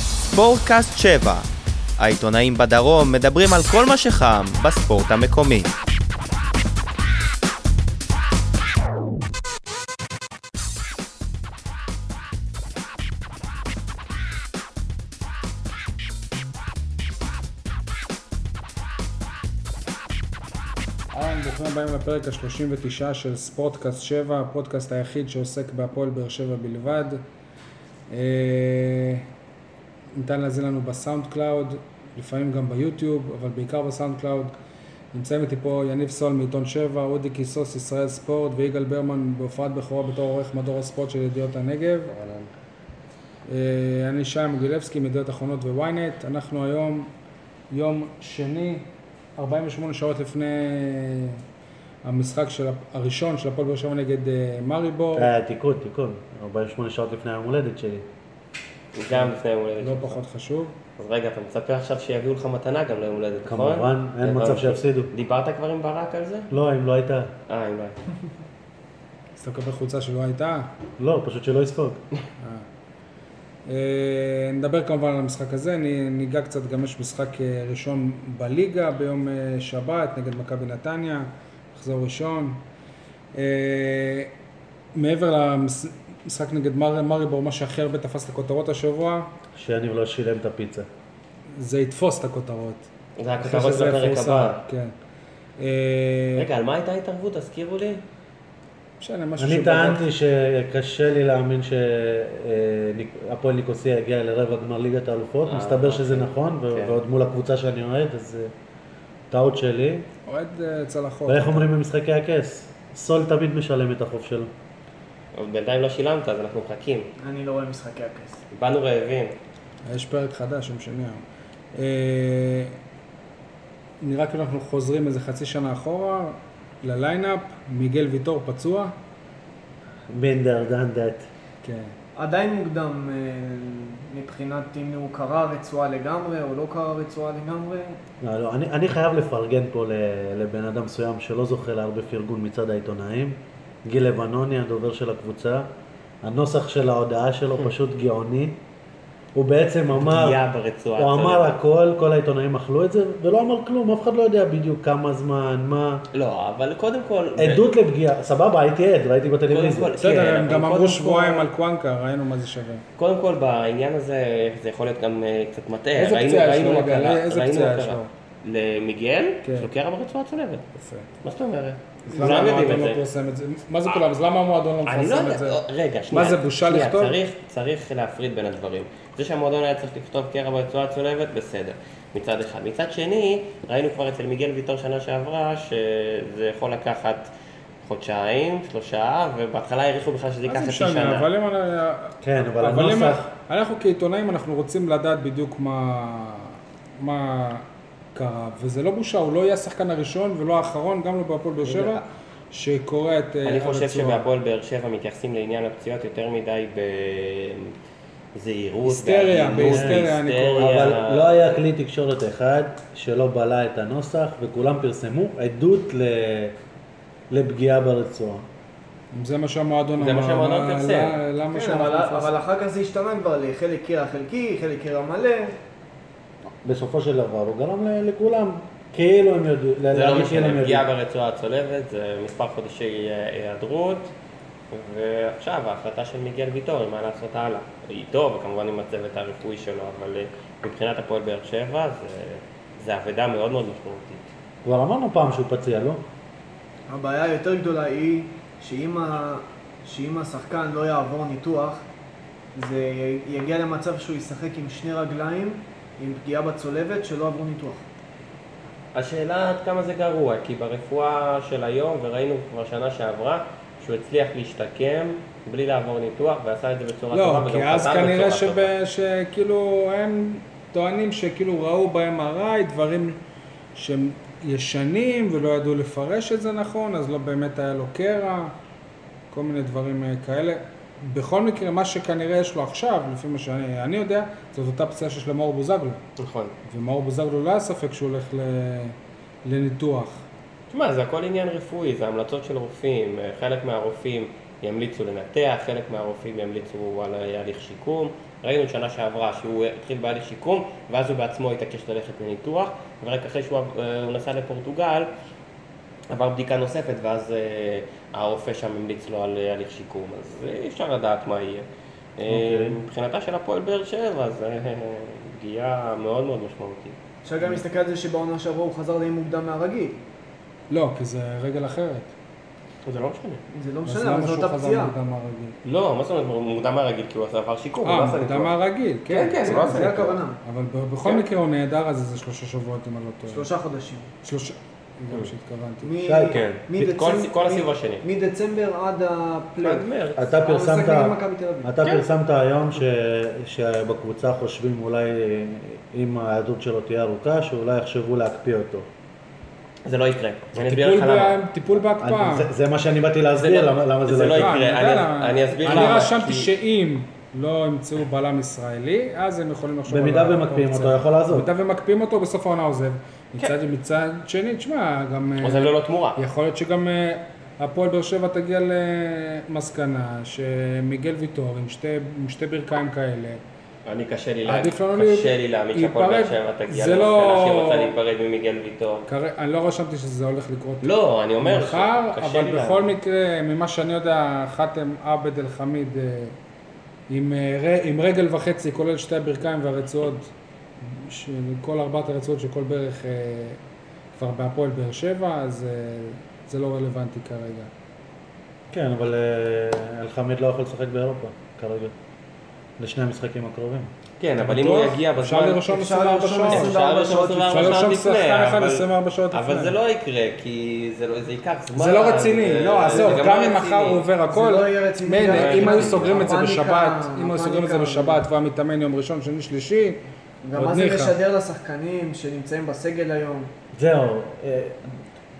ספורטקאסט 7. העיתונאים בדרום מדברים על כל מה שחם בספורט המקומי. אהלן, ברוכים הבאים לפרק ה-39 של ספורטקאסט 7, הפודקאסט היחיד שעוסק בהפועל באר שבע בלבד. אה, ניתן להזין לנו בסאונד קלאוד, לפעמים גם ביוטיוב, אבל בעיקר בסאונד קלאוד. נמצאים איתי פה יניב סול מעיתון 7, אודי קיסוס, ישראל ספורט, ויגאל ברמן בהופעת בכורה בתור עורך מדור הספורט של ידיעות הנגב. אה, אני שי מוגילבסקי מידיעות אחרונות וויינט. אנחנו היום יום שני, 48 שעות לפני המשחק של, ה- הראשון של הפועל באר שבע נגד אה, מריבור. אה, תיקון, תיקון. 48 שעות לפני היום הולדת שלי. גם לפני יום הולדת. לא פחות חשוב. אז רגע, אתה מצפה עכשיו שיביאו לך מתנה גם ליום הולדת, נכון? כמובן, אין הבנתי. מצב שיפסידו. דיברת כבר עם ברק על זה? לא, אם לא הייתה... אה, אין בעיה. אז אתה מקבל חולצה שלא הייתה. לא, פשוט שלא יספוג. אה, נדבר כמובן על המשחק הזה, נ- ניגע קצת, גם יש משחק אה, ראשון בליגה ביום אה, שבת נגד מכבי נתניה, מחזור ראשון. אה, מעבר למשחק נגד מר- מריבור, מה שהכי הרבה תפס את הכותרות השבוע, שיניב לא שילם את הפיצה. זה יתפוס את הכותרות. זה אחרי הכותרות שזה לפרק יפורסם, הבא. כן. אה, רגע, על מה הייתה התערבות? תזכירו לי. משנה, משהו אני שבדק. טענתי שקשה לי להאמין שהפועל ניקוסיה הגיע לרבע גמר ליגת האלופות. אה, מסתבר אוקיי. שזה נכון, ו- כן. ועוד מול הקבוצה שאני אוהד, אז אה, טעות שלי. אוהד אה, צלחות. ואיך אומרים במשחקי הכס? סול תמיד משלם את החוב שלו. אבל בינתיים לא שילמת, אז אנחנו מחכים. אני לא רואה משחקי הכס. באנו רעבים. יש פרק חדש, יום שני היום. אה, נראה כאילו אנחנו חוזרים איזה חצי שנה אחורה לליינאפ, מיגל ויטור פצוע. בינדר דן דאט. כן. עדיין מוקדם אה, מבחינת אם הוא קרא רצועה לגמרי או לא קרא רצועה לגמרי. לא, לא, אני, אני חייב לפרגן פה ל- לבן אדם מסוים שלא זוכה להרבה פרגון מצד העיתונאים, גיל לבנוני, הדובר של הקבוצה. הנוסח של ההודעה שלו פשוט גאוני. הוא בעצם אמר, פגיעה ברצועה. אה, הוא צודק. אמר הכל, כל העיתונאים אכלו את זה, ולא אמר כלום, אף אחד לא יודע בדיוק כמה זמן, מה. לא, אבל קודם כל... עדות לפגיעה, סבבה, הייתי עד, ראיתי בטלוויזיה. כל- בסדר, כן, הם אבל גם קודם אמרו שבועיים כל- על קוואנקה, ראינו מה זה שווה. קודם כל, בעניין הזה, זה יכול להיות גם אה, קצת מטעה. איזה ראינו- פציעה יש ראינו לו, מה רגע? קרה, איזה ראינו פציעה מה יש קרה. לו? למיגל? כן. שהוא קרע ברצועה צולבת. יפה. מה זאת אומרת? אז למה כולם יודעים המועדון לא את זה. פרסם את זה? מה זה כולם? אז למה המועדון לא אני לא מפרסם את זה? יודע, רגע, שנייה. זה, בושה שנייה, לכתוב? צריך, צריך להפריד בין הדברים. זה שהמועדון היה צריך לכתוב קרע ברצועה הצולבת, בסדר, מצד אחד. מצד שני, ראינו כבר אצל מיגל ויטור שנה שעברה, שזה יכול לקחת חודשיים, שלושה, ובהתחלה העריכו בכלל שזה מה ייקח זה חצי משנה? שנה. אבל אם... אני- כן, אבל אבל אם הנוסח... אנחנו כעיתונאים, אנחנו רוצים לדעת בדיוק מה, מה קרה, וזה לא בושה, הוא לא יהיה השחקן הראשון ולא האחרון, גם לא בהפועל באר שבע, שקורע את אה, אני חושב הרצועה. שבהפועל באר שבע מתייחסים לעניין הפציעות יותר מדי בזהירות, היסטריה, בהיסטריה אני קורא. היסטריה. אבל לא היה כלי תקשורת אחד שלא בלע את הנוסח, וכולם פרסמו עדות ל... לפגיעה ברצועה. זה מה שהמועדון אמר. זה מה שהמועדון מה- פרסם. ל- למה כן, שהמועדון אבל, פרסם? אבל אחר כך זה השתנה כבר אה, לחלק קרע חלקי, חלק קרע מלא. בסופו של דבר הוא גרם ל- לכולם, כאילו הם יודעים, זה לא להגיד כאילו הם משנה, פגיעה יודעים. ברצועה הצולבת, זה מספר חודשי אה, היעדרות, ועכשיו ההחלטה של מיגל ויטור, מה לעשות הלאה, איתו וכמובן עם הצוות הרפואי שלו, אבל אה, מבחינת הפועל באר שבע זה- זה אבדה מאוד מאוד משמעותית. כבר אמרנו פעם שהוא פציע, לא? הבעיה היותר גדולה היא שאם, ה... שאם השחקן לא יעבור ניתוח, זה י- יגיע למצב שהוא ישחק עם שני רגליים, עם פגיעה בצולבת שלא עברו ניתוח. השאלה עד כמה זה גרוע, כי ברפואה של היום, וראינו כבר שנה שעברה, שהוא הצליח להשתקם בלי לעבור ניתוח, ועשה את זה בצורה טובה, לא, וגם כי אז חזר כנראה בצורה טובה. שב- שכאילו הם טוענים שכאילו ראו ב-MRI דברים שהם ישנים ולא ידעו לפרש את זה נכון, אז לא באמת היה לו קרע, כל מיני דברים אה, כאלה. בכל מקרה, מה שכנראה יש לו עכשיו, לפי מה שאני אני יודע, זאת אותה פציעה שיש למאור בוזגלו. נכון. ומאור בוזגלו לא היה ספק שהוא הולך ל... לניתוח. תשמע, זה הכל עניין רפואי, זה המלצות של רופאים. אה, חלק מהרופאים ימליצו לנתח, חלק מהרופאים ימליצו על אה, הליך שיקום, ראינו את שנה שעברה שהוא התחיל בהליך שיקום, ואז הוא בעצמו התעקש ללכת לניתוח, ורק אחרי שהוא אה, הוא נסע לפורטוגל, עבר בדיקה נוספת, ואז אה, הרופא שם המליץ לו על אה, הליך שיקום, אז אה, אי אפשר לדעת מה יהיה. אה, אוקיי. מבחינתה של הפועל באר שבע, זו פגיעה מאוד מאוד משמעותית. אפשר Mm. גם להסתכל על זה שבעונה שעברה הוא חזר די מוקדם מהרגיל. לא, כי זה רגל אחרת. זה לא משנה. זה לא אז משנה, אבל למה זו שהוא אותה חזר פציעה. מוקדם מהרגיל? לא, מה זאת אומרת, הוא מוקדם מהרגיל, כי הוא עשה עבר שיקום, הוא לא אה, עשה מוקדם ניתוח. מהרגיל, כן, כן. כן, הוא לא זה עשה ניתוח. הכוונה. אבל ב- בכל כן. מקרה הוא נהדר אז איזה שלושה שבועות אם אני לא טועה. שלושה חודשים. שלושה. זה מה שהתכוונתי. מ- שי, כן. מדצמב- כל- כל מ- הסיבוב השני. מדצמבר עד הפלייאוף. עד מרץ. אתה פרסמת, המשחק נגד כאילו מכבי תל אביב. אתה כן. פרסמת היום ש, שבקבוצה חושבים אולי אה, אם ההיעדרות שלו תהיה ארוכה, שאולי יחשבו להקפיא אותו. זה לא יקרה. אני אסביר טיפול לך למה. ב- טיפול בהקפאה. אני- זה- זה מה שאני באתי להסביר, לא- למה- למה זה זה לא לא יקרה. יקרה. אה, אני- יודע למה. אני אסביר אני למה, רשמתי כי- שאם לא ימצאו בלם ישראלי, אז הם יכולים לחשוב על במידה האופציה. ומקפיאים אותו, יכול לעזוב. במידה ומקפיאים אותו, בסוף העונה עוזב. מצד- מצד שני, תשמע, גם... אה, כן. עוזב ללא לא- תמורה. יכול להיות שגם אה, הפועל באר שבע תגיע למסקנה שמיגל ויטור עם שתי- עם שתי ברכיים כאלה, אני קשה לי להגיד, עדיף לא לנו קשה להיפ- לי להאמין שהפועל באר להיפרד. שבע תגיע זה למסקנה לא- שהיא רוצה להיפרד ממיגל ויטור. כרי- אני לא רשמתי שזה הולך לקרות לא, אני אומר, מחר, שקשה לי אבל בכל להאמין. מקרה, ממה שאני יודע, חאתם עבד אל חמיד אה, עם, אה, ר- עם רגל וחצי, כולל שתי הברכיים והרצועות, ש- כל ארבעת הרצועות של כל ברך אה, כבר בהפועל באר שבע, אז אה, זה לא רלוונטי כרגע. כן, אבל אה, אלחמיד לא יכול לשחק באירופה כרגע. לשני המשחקים הקרובים. כן, אבל אם הוא בטוח? יגיע בזמן... אפשר לרשום אפשר 24 לרשום שעות. 24 אפשר לרשום 24 אפשר לרשום שעות שחקן לפני, אחד אבל- 24 שעות אבל לפני. זה לא יקרה, כי זה לא- זה ייקח זמן. זה לא רציני, זה- לא, זה עזוב, גם אם לא מחר רציני. הוא עובר הכל, לא יהיה רציני, מילא, גם אם אם היו זה- סוגרים את זה הפאניקה- בשבת, אם היו סוגרים את זה הפאניקה- בשבת והמתאמן יום ראשון, שני, שלישי, גם מה עוד זה ניחא. משדר לשחקנים שנמצאים בסגל היום? זהו, אה,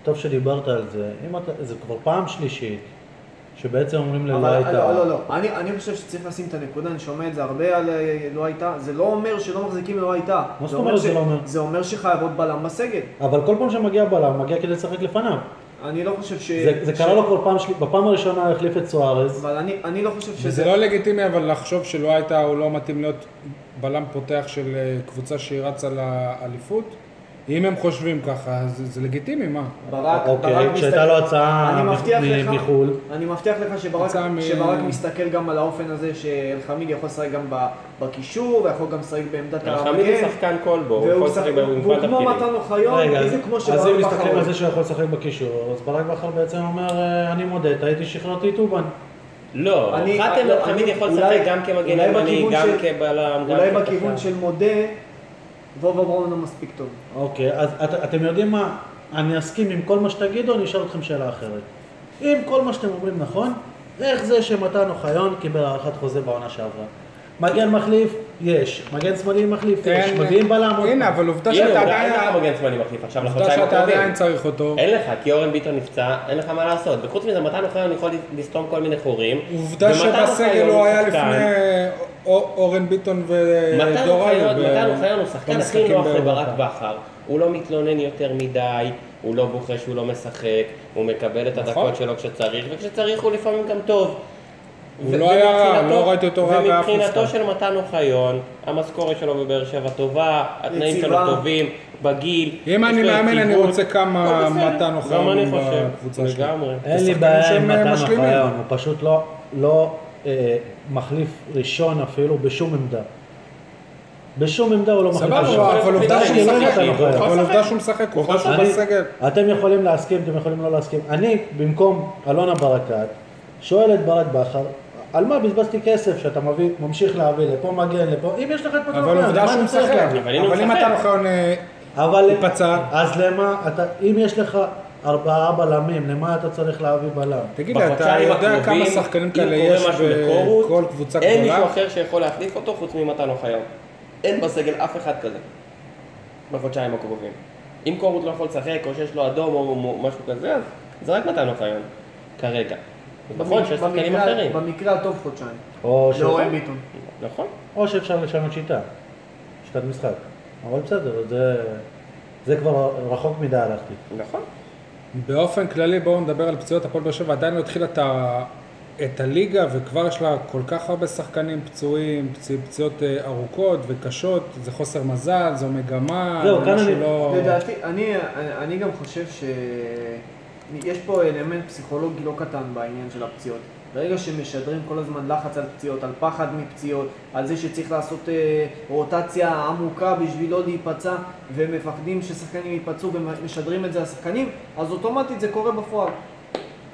טוב שדיברת על זה. אם אתה, זה כבר פעם שלישית, שבעצם אומרים לי, אבל לא הייתה... לא, לא, לא. אני, אני חושב שצריך לשים את הנקודה, אני שומע את זה הרבה על אה, לא הייתה. זה לא אומר שלא מחזיקים לא הייתה. מה זאת זה אומרת זה ש- לא אומר? זה אומר שחייב עוד בלם בסגל. אבל כל פעם שמגיע בלם, מגיע כדי לשחק לפניו. אני לא חושב ש... זה- זה ש- קרה לו כבר פעם שלישית, בפעם הראשונה הוא החליף את סוארז. אבל אני, אני לא חושב שזה... וזה לא לגיטימי אבל לחשוב שלא הייתה או לא מתאים להיות בלם פותח של אה, קבוצה שהיא רצה לאליפות. אם הם חושבים ככה, אז זה לגיטימי, מה? ברק, ברק אוקיי, מסתכל- כשהייתה לו הצעה אני מבטיח מ- לך, מחו"ל. אני מבטיח לך שברק, יצא מ- שברק מסתכל גם על האופן הזה שאלחמיד יכול לשחק גם ב- בקישור, ויכול גם לשחק בעמדת אלחמיד הוא שחקן כלבו, הוא יכול והוא שחק- לשחק במגוון והוא כמו תפקידים. מתן אוחיון, רגע, אז בדיוק כמו אז שברק אם מסתכלים על בחר. זה שהוא יכול לשחק בקישור, אז ברק בכר בעצם אומר, "אה, אני מודה, טעיתי, שחררתי את אובן. לא, אני- חתם לא, תמיד אני- יכול אולי- לשחק גם כמגן אולי ימני, בכיוון גם של- כבלם, גם אולי כפתח. בכיוון של מודה, וובה ברון לא מספיק טוב. אוקיי, אז את, אתם יודעים מה? אני אסכים עם כל מה שתגידו, אני אשאל אתכם שאלה אחרת. אם כל מה שאתם אומרים נכון, איך זה שמתן אוחיון קיבל הארכת חוזה בעונה שעברה? מגן מחליף, יש. מגן שמאלי מחליף, יש. אין- מגן בלם, עוד כן, הנה, פעם. אבל עובדה אין שאתה לך- אין לך עדיין... מגן שמאלי מחליף עכשיו עובדה לחודשיים שאתה הקרובים. עדיין צריך אותו. אין לך, כי אורן ביטון נפצע, אין לך מה לעשות. וחוץ מזה, מתן אוחיון יכול לסתום כל מיני חורים. עובדה ומתן שבסגל אוחיון הוא היה שחקן- לפני א- אורן ביטון מתן ודור אוחיון- היו. ב- מתן אוחיון הוא שחקן הכי במשחקים נוח לברק באירופה. בכר. הוא לא מתלונן יותר מדי, הוא לא בוכה שהוא לא משחק, הוא מקבל את נכון. הדקות שלו כשצריך, וכשצריך הוא לפעמים גם טוב. הוא ו- לא היה רע, ומבחינתו- לא ראיתי אותו רע באף ומבחינתו משחק. של מתן אוחיון, המשכורת שלו בבאר שבע טובה, התנאים שלו יציבה. טובים, בגיל, אם יש אני לו מאמן, אני יציבות. רוצה כמה הכל בסדר. מתן אוחיון גם אני בקבוצה חושב, שלי. לגמרי. אין לי שחקנים בעיה שהם, עם אה, מתן משלימים. אוחיון, הוא פשוט לא, לא אה, מחליף ראשון אפילו בשום עמדה. בשום עמדה הוא לא מחליף ראשון. סבבה, אבל עובדה שהוא אני לא משחק, מתן אוחיון. אבל עובדה שהוא משחק, עובדה שהוא אני- בסגל. אתם יכולים להסכים, אתם יכולים לא להסכים. אני, במקום אלונה ברקת, שואל את ברק בכר, על מה בזבזתי כסף שאתה מביא, ממשיך להביא לפה מגן לפה, אם יש לך את פתוח, אבל עובדה שהוא משחק. אבל אם הוא אבל אם משחק. מתן אוחיון... אה, אבל הוא פצע. אז למה, אתה, אם יש לך ארבעה בלמים, למה אתה צריך להביא בלם? תגיד לי, אתה בחודשיים יודע כמה הקרובים, שחקנים אם כאלה קורה יש משהו בקורות, בכל קבוצה אין מישהו גדולה? אחר שיכול להחליף אותו חוץ ממתן אוחיון. אין בסגל אף אחד כזה בחודשיים הקרובים. אם קורות לא יכול לשחק, או שיש לו אדום או מו- משהו כזה, אז זה רק מתן אוחיון, כרגע. נכון, שיש שחקנים במקרה- אחרים. לא, במקרה הטוב חודשיים. לא או, ש... לאורן ביטון. נכון. או שאפשר לשנות שיטה, שיטת משחק. אבל בסדר, זה, זה כבר רחוק מדי הלכתי. נכון. באופן כללי, בואו נדבר על פציעות. הפועל באר שבע עדיין לא התחילה את ה- את הליגה, וכבר יש לה כל כך הרבה שחקנים פצועים, פצ... פציעות אה, ארוכות וקשות, זה חוסר מזל, זו מגמה, זהו, זה כאן משהו אני- לא... לדעתי, אני, אני גם חושב ש... יש פה אלמנט פסיכולוגי לא קטן בעניין של הפציעות. ברגע שמשדרים כל הזמן לחץ על פציעות, על פחד מפציעות, על זה שצריך לעשות אה, רוטציה עמוקה בשביל לא להיפצע, ומפחדים ששחקנים ייפצעו ומשדרים את זה לשחקנים, אז אוטומטית זה קורה בפועל.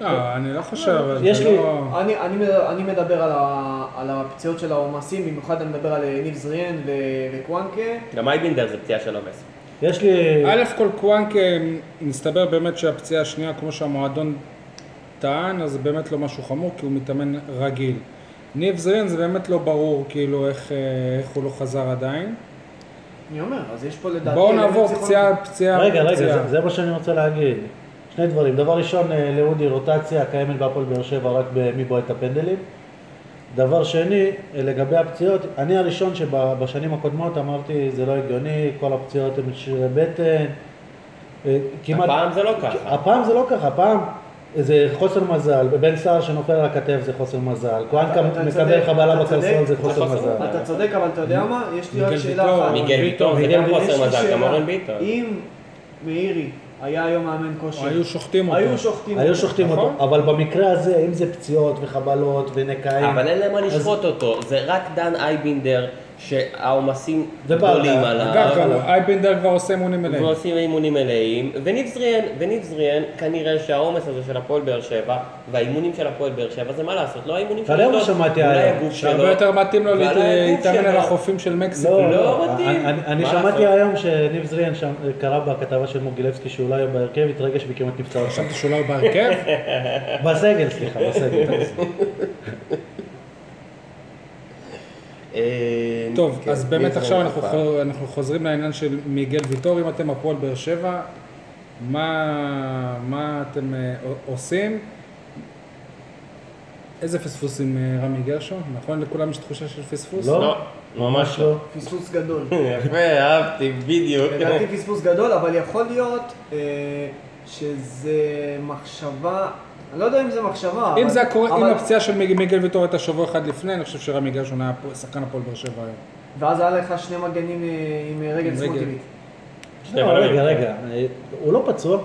לא, אני לא חושב, אבל יש זה לי- לא... אני, אני, מד- אני מדבר על, ה, על הפציעות של העומסים, במיוחד אני מדבר על אה, ניב זריאן ו, וקוואנקה. גם אייבינדר זה פציעה של עומס. יש לי... א' כל קוואנקה, מסתבר באמת שהפציעה השנייה, כמו שהמועדון טען, אז זה באמת לא משהו חמור, כי הוא מתאמן רגיל. ניב זרין זה באמת לא ברור, כאילו, איך, אה, איך הוא לא חזר עדיין. אני אומר, אז יש פה לדעתי... בואו אלמנט נעבור פסיכולוגי. פציעה, פציעה, רגע, רגע, פציעה. זה, זה מה שאני רוצה להגיד. שני דברים. דבר ראשון, אה, לאודי רוטציה קיימת בהפועל באר שבע רק במי בועט הפנדלים. דבר שני, אה, לגבי הפציעות, אני הראשון שבשנים הקודמות אמרתי, זה לא הגיוני, כל הפציעות הן שירי בטן. אה, כמעט... הפעם זה לא ככה. הפעם זה לא ככה, הפעם זה חוסר מזל, בן סער שנופל על הכתף זה חוסר מזל, כהנקה אתה מקבל צודק, חבלה אתה בקרסול צודק, זה זה חוסר חוסר מזל. מזל. אתה צודק, אבל אתה יודע מה? יש לי רק מיגל שאלה ויטור. אחת. מיגל ויטור זה מיגל גם ויטור, יש חוסר לי מזל, גם שאלה. אורן ביטון. אם מאירי היה היום מאמן כושר, היו שוחטים אותו. היו שוחטים היו אותו. שוחטים נכון. אותו, אבל במקרה הזה, אם זה פציעות וחבלות ונקעים, אבל אין להם מה אז- לשפוט אותו, זה רק דן אייבינדר שהעומסים זה גדולים בעיה. עליו. אגב, גם אייבנדר כבר עושה אימונים מלאים. ועושים אימונים מלאים, וניב זריאן, וניב זריאן כנראה שהעומס הזה של הפועל באר שבע, והאימונים של הפועל באר שבע זה מה לעשות, לא האימונים אתה יודע מה אשדוד, שמעתי אולי היום? הגוף שלו, שהרבה יותר מתאים לו ואולי להת- הגוף להתאמן שלו. על החופים של מקסיקו. לא, לא מתאים. אני, אני מה שמעתי לעשות? היום שניב זריאן שם אה, קרא בכתבה של מוגילבסקי שאולי הוא לא בהרכב התרגש וכמעט נפצע עכשיו. חשבתי לא שאולי הוא בהרכב? בסגל, סליחה, בסגל. אה, טוב, כן, אז ניב באמת זריאן עכשיו אנחנו הפעם. חו- אנחנו חוזרים לעניין של מיגל ויטור, אם אתם הפועל באר שבע, מה מה אתם אה, עושים? איזה פספוס עם אה, רמי גרשון? נכון? לכולם יש תחושה של פספוס? לא. לא, ממש לא. פספוס גדול. יפה, אהבתי, בדיוק. לדעתי פספוס גדול, אבל יכול להיות אה, שזה מחשבה, אני לא יודע אם זה מחשבה, אם אבל- זה היה קורה, אם אבל- הפציעה של מיג- מיגל ויטור הייתה שבוע אחד לפני, אני חושב שרמי גרשון היה פה- שחקן הפועל באר שבע היום. ואז היה לך שני מגנים אה, עם אה, רגל עם רגל. סמוטינית. שני לא, בלמים. רגע, רגע, אה, הוא לא פצוע.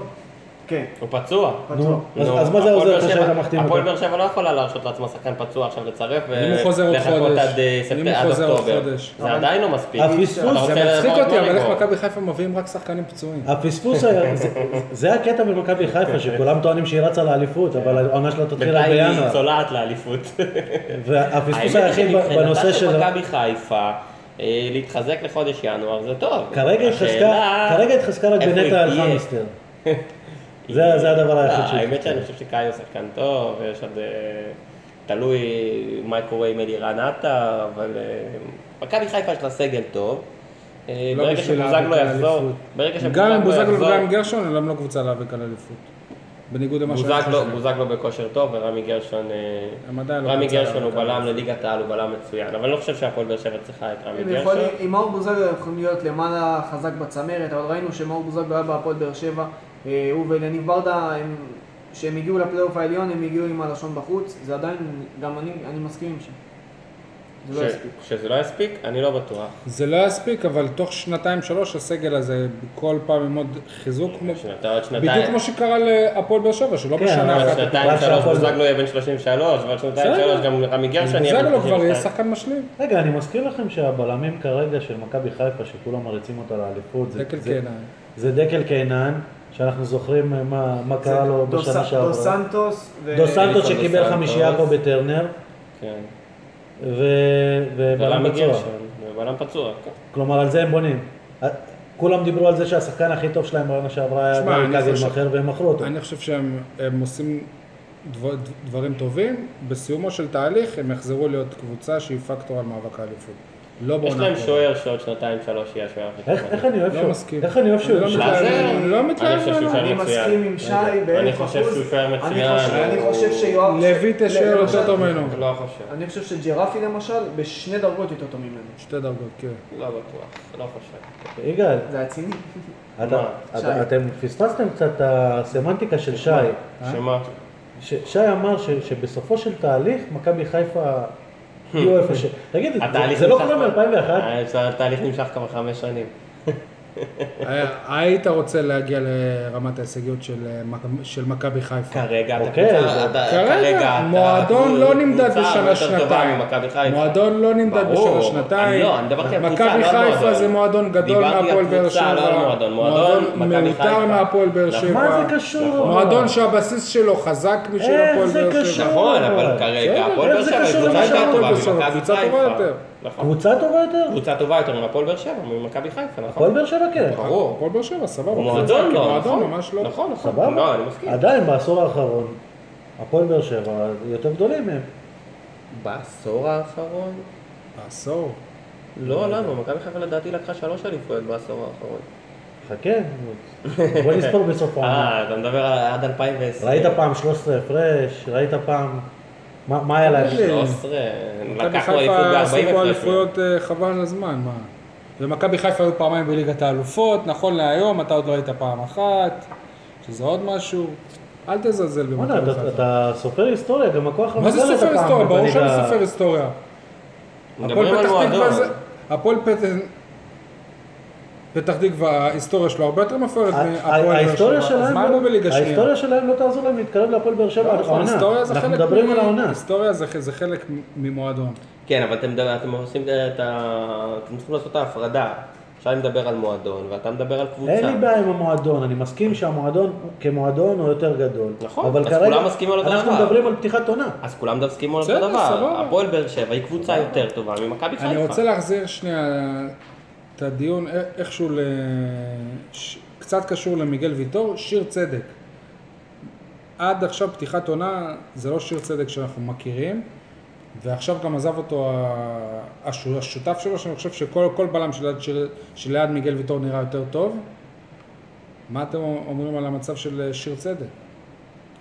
כן, הוא פצוע. פצוע. אז- נו, אז מה זה הפועל עוזר באר לך שבע- שאתה מחתים הפועל אותו? באר שבע לא יכולה להרשות לעצמה שחקן פצוע עכשיו לצרף אם הוא חוזר עוד ולחכות חודש, עד אה, אם ספטמבר- הוא עד חוזר עוד אוקטובר. חודש. זה עדיין לא מספיק. הפספוס- אתה רוצה זה מצחיק לעבור אותי, אבל איך מריבו. מכבי חיפה מביאים רק שחקנים פצועים? הפספוס היה, זה- זה הקטע במכבי חיפה, שכולם טוענים שהיא רצה לאליפות, אבל העונה שלה תתחיל רק בינתיים היא בינואר. צולעת לאליפות. והפספוס האמת היא היחיד בנושא שמבחינתה של של... מכבי חיפה, אה, להתחזק לחודש ינואר זה טוב. כרגע התחזקה, השאלה- כרגע התחזקה רק איפה בנטע היא תהיה? אלחמיסטר. זה- זה הדבר היחיד לא, שהיא האמת חושבת. שאני חושב שקאי הוא שחקן טוב, ויש עוד... אה, תלוי מה קורה עם אלירן עטר, אבל אה, מכבי חיפה יש לה סגל טוב. אה, לא ברגע בשביל שבוזגלו להיאבק על יחזור, אליפות. ברגע גם עם שבוזגלו בוזגלו יחזור, וגם עם גרשון, הם לא קבוצה להיאבק על אליפות. בניגוד למה שאני בוזגלו- חושב. בוזגלו בכושר טוב, ורמי גרשון, אה, הם עדיין לא רמי קבוצה גרשון הוא להיאבק על בלם לליגת העל, הוא בלם מצוין, אבל אני לא חושב שהפועל באר שבע צריכה את רמי הם גרשון. יכולים- עם מאור בוזגלו הם יכולים להיות למעלה חזק בצמרת, אבל ראינו שמאור בוזגלו היה בהפועל באר שבע, אה, הוא ולניב ברדה, הם- כשהם הגיעו לפלייאוף העליון הם הגיעו עם הלשון בחוץ, זה עדיין, גם אני אני מסכים עם שם. זה לא ש- יספיק. שזה לא יספיק? אני לא בטוח. זה לא יספיק, אבל תוך שנתיים-שלוש הסגל הזה כל פעם עם עוד חיזוק, כמו- שנתיים- עוד בדיוק שנתיים, כמו שקרה להפועל באר שבע, שלא כן, בשנה אבל עוד אחת. שנתיים, רק שלוש, שהפועל- בוזגלו יהיה בן 33, ועוד שנתיים, בסדר. שלוש, גם רמי גרשון יהיה בן בוזגלו לא כבר יהיה 32. שחקן משלים. רגע, אני מזכיר לכם שהבלמים כרגע של מכבי חיפה, שכולם מריצים אותה לאליפות, זה- דקל זה- קנן. זה דקל קינן, שאנחנו זוכרים אה, מה מה קרה לו דו בשנה ס- דו שעברה. סנטוס ו- דו סנטוס דו שקיבל סנטוס. חמישייה פה בטרנר, כן. ו- ובלם ורמי פצוע. גרשון, ובלם פצוע. כן. כלומר, על זה הם בונים. אה, כולם דיברו על זה שהשחקן הכי טוב שלהם בעונה שעברה היה שמע, גל אני חושב- קגלמכר והם מכרו אותו. אני חושב שהם הם עושים דבר- דברים טובים, בסיומו של תהליך הם יחזרו להיות קבוצה שהיא פקטור על מאבק האליפות. לא יש בעונה להם הקרובה. שוער שעוד שנתיים, שלוש יהיה השוער הכי איך טוב. איך אני לא אוהב שהוא, מסכים. איך אני אוהב שהוא, אני לא מתלהב. מתלהב, לא מתלהב. אני חושב שהוא עליו. אני מצוין. מסכים עם שי באלף חושב אחוז. שהוא שוער אני מצוין. חושב- אני הוא- חושב שיואב... לויטה שוער למשל- יותר טוב ממנו. לא חושב. אני חושב שג'רפי למשל, בשני דרגות יותר טוב ממנו. שתי דרגות, כן. לא בטוח. לא חושב. יגאל, זה היה ציני. אתה- מה? אה? אתה- אתם פספסתם קצת את הסמנטיקה של שי. שמה? ש- שי אמר ש- שבסופו של תהליך, מכבי חיפה יהיו איפה ש... תגיד, זה- Hmm. התהליך זה לא נמשך קורה כבר- מ-2001? אה, התהליך נמשך כבר חמש שנים. היה- היית רוצה להגיע לרמת ההישגיות של, אה, מכ- של מכבי חיפה. כרגע אתה אוקיי, קבוצה- אז- אתה- כרגע, אתה מועדון קבוצה לא נמדד הרבה בשנה יותר טובה שנתיים. ממכבי חיפה. מועדון לא נמדד ברור, בשנה שנתיים. אני לא, אני מדבר איתך על קבוצה, מכבי לא על חיפה מועדון. זה מועדון גדול דיברתי על מהפועל באר קבוצה, שבע. לא על מועדון. מועדון, מכבי מיותר חיפה. מהפועל באר נכון. שבע. מה זה קשור? מועדון שהבסיס שלו חזק משל אה, איך הפועל זה באר שבע. קשור? נכון, אה, אבל בסדר, כרגע כן, הפועל איך באר זה שבע היא קשור קבוצה למה יותר שאמרנו? טובה בסוף, ממכבי קבוצה טובה חיפה. יותר. נכון. קבוצה טובה יותר? קבוצה טובה יותר מהפועל באר שבע, ממכבי חיפה, נכון? הפועל באר שבע כן. ברור. הפועל באר שבע, סבבה. מועדון לא, מועדון נכון? ממש לא. נכון, נכון. לא, סבבה? אני מסכים. עדיין בעשור האחרון, הפועל באר שבע יותר גדולים מהם. בעשור האחרון? עשור. לא, למה? מכבי חיפה לדעתי לקחה שלוש אליפויות בעשור האחרון. חכה, בוא נספור בסוף כן. העונה. אה, אתה מדבר על- עד 2020. ראית פעם 13 הפרש? ראית פעם... מה מה היה להם? אה, 13, מכבי לקחנו אליפות חיפה ב-40 עשו הפרש. אליפויות אה, חבל על הזמן, מה. ומכבי חיפה היו פעמיים בליגת האלופות, נכון להיום, אתה עוד לא היית פעם אחת, שזה עוד משהו. אל תזלזל בוא'נה, במכבי אתה- חיפה. אתה סופר היסטוריה, גם הכוח לא מה זה המזל סופר אתה פעם היסטוריה? ברור שאני בליגה- סופר היסטוריה. הפועל מדברים על פתח תקווה מועדון. זה... הפועל פתח... פתח תקווה, ההיסטוריה שלו הרבה יותר מפוארת ה- מהפועל באר אה, ההיסטוריה שבע. שלהם, אז מה הם לא בליגה שנייה? ההיסטוריה שלהם לא תעזור להם להתקרב להפועל באר שבע, נכון, העונה. היסטוריה זה אנחנו חלק מדברים מ- על העונה. היסטוריה זה זה חלק ממועדון. כן, אבל אתם, מדבר- אתם עושים את ה... אתם צריכים לעשות את ההפרדה. שי מדבר על מועדון, ואתה מדבר על קבוצה. אין לי בעיה עם המועדון, אני מסכים שהמועדון כמועדון הוא יותר גדול. נכון, אבל אז כרגע כולם מסכימים על אותו אנחנו דבר. מדברים על פתיחת עונה. אז כולם מסכימים על בסדר, אותו דבר. סבבה. הפועל באר שבע היא קבוצה יותר טובה ממכבי חיפה. אני רוצה להחזיר שנייה את הדיון א- איכשהו ל... ש- קצת קשור למיגל ויטור, שיר צדק. עד עכשיו פתיחת עונה זה לא שיר צדק שאנחנו מכירים, ועכשיו גם עזב אותו ה- הש- השותף שלו, שאני חושב שכל כל בלם שליד, שיר- שליד מיגל ויטור נראה יותר טוב. מה אתם אומרים על המצב של שיר צדק?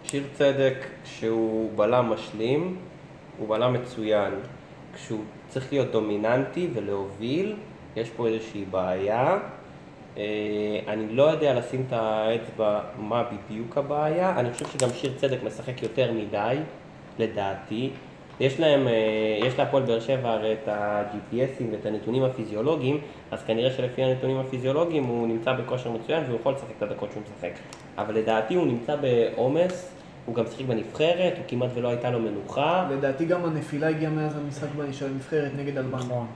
שיר צדק, שהוא בלם משלים, הוא בלם מצוין. כשהוא צריך להיות דומיננטי ולהוביל, יש פה איזושהי בעיה. אה, אני לא יודע לשים את האצבע מה בדיוק הבעיה. אני חושב שגם שיר צדק משחק יותר מדי, לדעתי. יש להם, אה, יש להפועל באר שבע הרי את ה-GPSים ואת הנתונים הפיזיולוגיים, אז כנראה שלפי הנתונים הפיזיולוגיים הוא נמצא בכושר מצוין והוא יכול לשחק את הדקות שהוא משחק. אבל לדעתי הוא נמצא בעומס, הוא גם שיחק בנבחרת, הוא כמעט ולא הייתה לו מנוחה. לדעתי גם הנפילה הגיעה מאז המשחק ב- של הנבחרת נגד אלבן. נכון.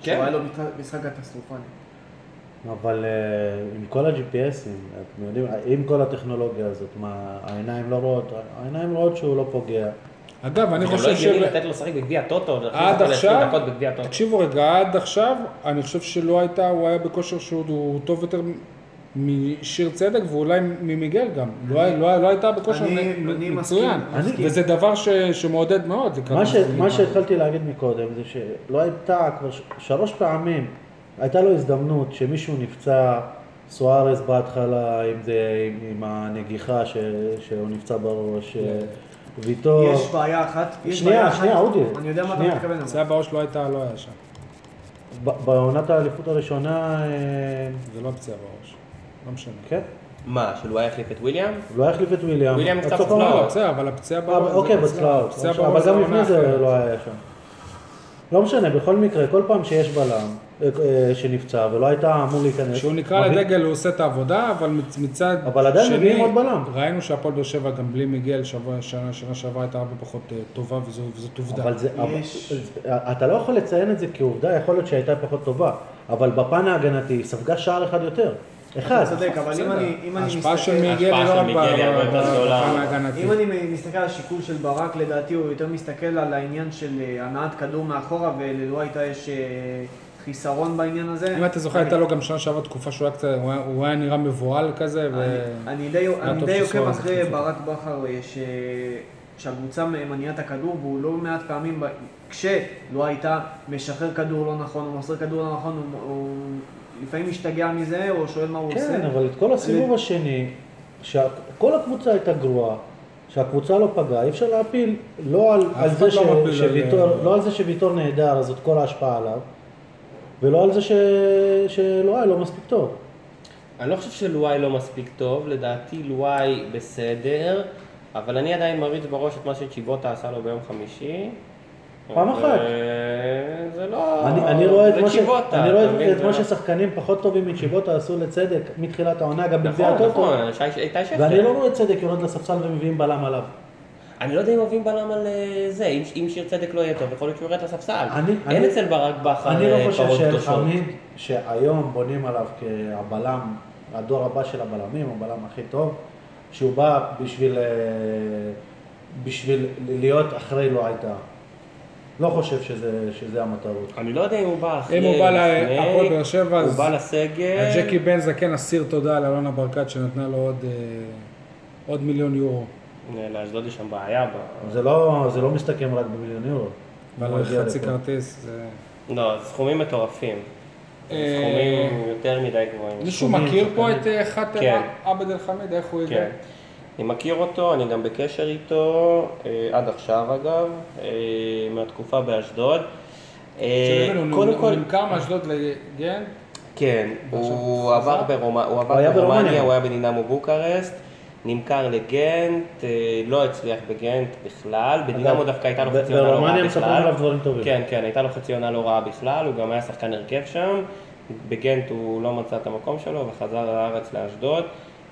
שהוא היה לו משחק- משחק קטסטרופני. אבל אה, עם כל ה-GPSים, אתם יודעים, עם כל הטכנולוגיה הזאת, מה, העיניים לא רואות, העיניים רואות שהוא לא פוגע. אגב, אני זה גם חושב לא הגיוני של... לתת לו לשחק בגביע טוטו, ולהכניס עד אותו לעשרים עכשיו, דקות נכון, בגביע הטוטו. תקשיבו רגע, עד עכשיו, אני חושב שלא הייתה, הוא היה בכושר שהוא הוא טוב יותר משיר צדק ואולי ממיגל גם. לא, היה- לא, היה- לא הייתה בכושר אני- מ- אני מ- מסכים, מצוין. מסכים. וזה דבר ש, שמעודד מאוד. לקראת מה, ש, המשחקים מה הבאים. שהתחלתי להגיד מקודם זה שלא הייתה כבר ש- שלוש פעמים, הייתה לו הזדמנות שמישהו נפצע, סוארז בהתחלה, אם זה עם, עם הנגיחה ש, שהוא נפצע בראש, כן. ויטור. לא. יש בעיה אחת, יש שנייה, בעיה אחת. שנייה, אודי. אני יודע מה שנייה. אתה מתכוון. אבל. זה היה בראש לא הייתה, לא היה שם. ב- בעונת האליפות הראשונה, אה, זה לא פציעה בראש. לא משנה. כן, מה, שהוא היה החליף את וויליאם? הוא לא החליף את וויליאם. וויליאם נפצע עד סוף בצלעות. העונה. לא, בסדר, אבל הפציעה בראש. אה, אוקיי, זה בצלעות. הפציעה בראש אבל זה גם עונה לפני זה אחרת. לא היה שם. לא משנה, בכל מקרה, כל פעם שיש בלם אה, אה, שנפצע ולא הייתה אמור להיכנס. כשהוא נקרא מביא- לדגל הוא עושה את העבודה, אבל מצ- מצד אבל עדיין מביאים עוד בלם. ראינו שהפועל באר שבע גם בלי מיגל, שבוע- שנה שנה שעברה הייתה הרבה פחות אה, טובה, וזו- וזאת עובדה. אבל זה, יש. אבל, זה- אתה לא יכול לציין את זה כעובדה, יכול להיות שהייתה פחות טובה, אבל בפן ההגנתי היא ספגה שער אחד יותר. אחד. אתה צודק, אבל אם בסדר. אני אם אני ההשפעה של מסתכל... מיגל היא ההשפעה לא של רק מיגל היא הרבה יותר גדולה. בפן ההגנתי. אם אני מסתכל על השיקול של ברק, לדעתי הוא יותר מסתכל על העניין של אה, הנעת כדור מאחורה, וללואייטה יש אה, חיסרון בעניין הזה. אם אתה זוכר, הייתה לו גם שנה שעברה תקופה שהוא היה קצת, הוא היה- הוא היה נראה מבוהל כזה, ו... אני- אני די- היה אני טוב די עוקב שסוארז אחרי החליף אותו. ברק בכר, אה, ש- שהקבוצה מניעה את הכדור, והוא לא מעט פעמים, ב- כשלא הייתה, משחרר כדור לא נכון, הוא מוסר כדור לא נכון, הוא- הוא לפעמים משתגע מזה, או שואל מה הוא עושה. כן, אבל את כל הסיבוב השני, שכל הקבוצה הייתה גרועה, שהקבוצה לא פגעה, אי אפשר להפיל לא על, על, אחד זה לא ש, מפיל על- שוויתור, לא על זה שוויתור נהדר, אז זאת כל ההשפעה עליו, ולא על זה ש, שלא היה לו מספיק טוב. לא אני לא חושב שלואי לא מספיק טוב, לדעתי לואי בסדר. אבל אני עדיין מריץ בראש את מה שצ'יבוטה עשה לו ביום חמישי. פעם אבל, אחת. אה, זה לא... אני, אני רואה את זה מה, ש... צ'יבוטה, אני אתה רואה מבין? את, את זה מה לא- ששחקנים פחות טובים מצ'יבוטה עשו לצדק מתחילת העונה, גם בגביע נכון, הטוטו. נכון, שי- איתי שכטר. ואני לא רואה את צדק יורד לספסל ומביאים בלם עליו. אני לא יודע אם אוהבים בלם על אה, זה, אם, אם שיר צדק לא יהיה טוב, יכול להיות שהוא ירד לספסל. אני- אין אני- אצל ברק בכר אני אה, לא חושב פרות קדושות. שחמיד, שהיום בונים עליו כהבלם, הדור הבא של הבלמים, הבלם הכי טוב, שהוא בא בשביל, אה, בשביל להיות אחרי לא הייתה. לא חושב שזה, שזה המטרות. אני לא יודע אם הוא בא אחרי, אם הוא בא לפני, להפועל באר שבע, הוא אז- בא לסגל. ג'קי בן זקן אסיר תודה לאלונה ברקת שנתנה לו עוד, אה, עוד מיליון יורו. אה, לאשדוד יש שם בעיה. ב- זה לא, זה לא מסתכם רק במיליון יורו. הוא ועל הגיע חצי לפה. כרטיס. זה- לא, זה סכומים מטורפים. זה אה, סכומים יותר מדי גבוהים. מישהו שומעים, מכיר פה שחקנים. את אה, חאתם כן. עבד אל חמיד, איך הוא הגיע? כן. אני מכיר אותו, אני גם בקשר איתו, אה, עד עכשיו אגב, אה, מהתקופה באשדוד. אה, כשהבאנו, קודם הוא כל, נמכר מאשדוד לגן, כן, הוא חזר? עבר ברומא- הוא היה עבר ברומניה, ברומניה. הוא היה בדינמו בוקרשט, נמכר לגנט, אה, לא הצליח בגנט בכלל, בדינמו דווקא הייתה לו ב- חצי עונה לא רעה ברומניה מספרים בכלל. עליו דברים טובים. כן, כן, הייתה לו חצי עונה לא רעה בכלל, הוא גם היה שחקן הרכב שם, בגנט הוא לא מצא את המקום שלו וחזר לארץ לאשדוד.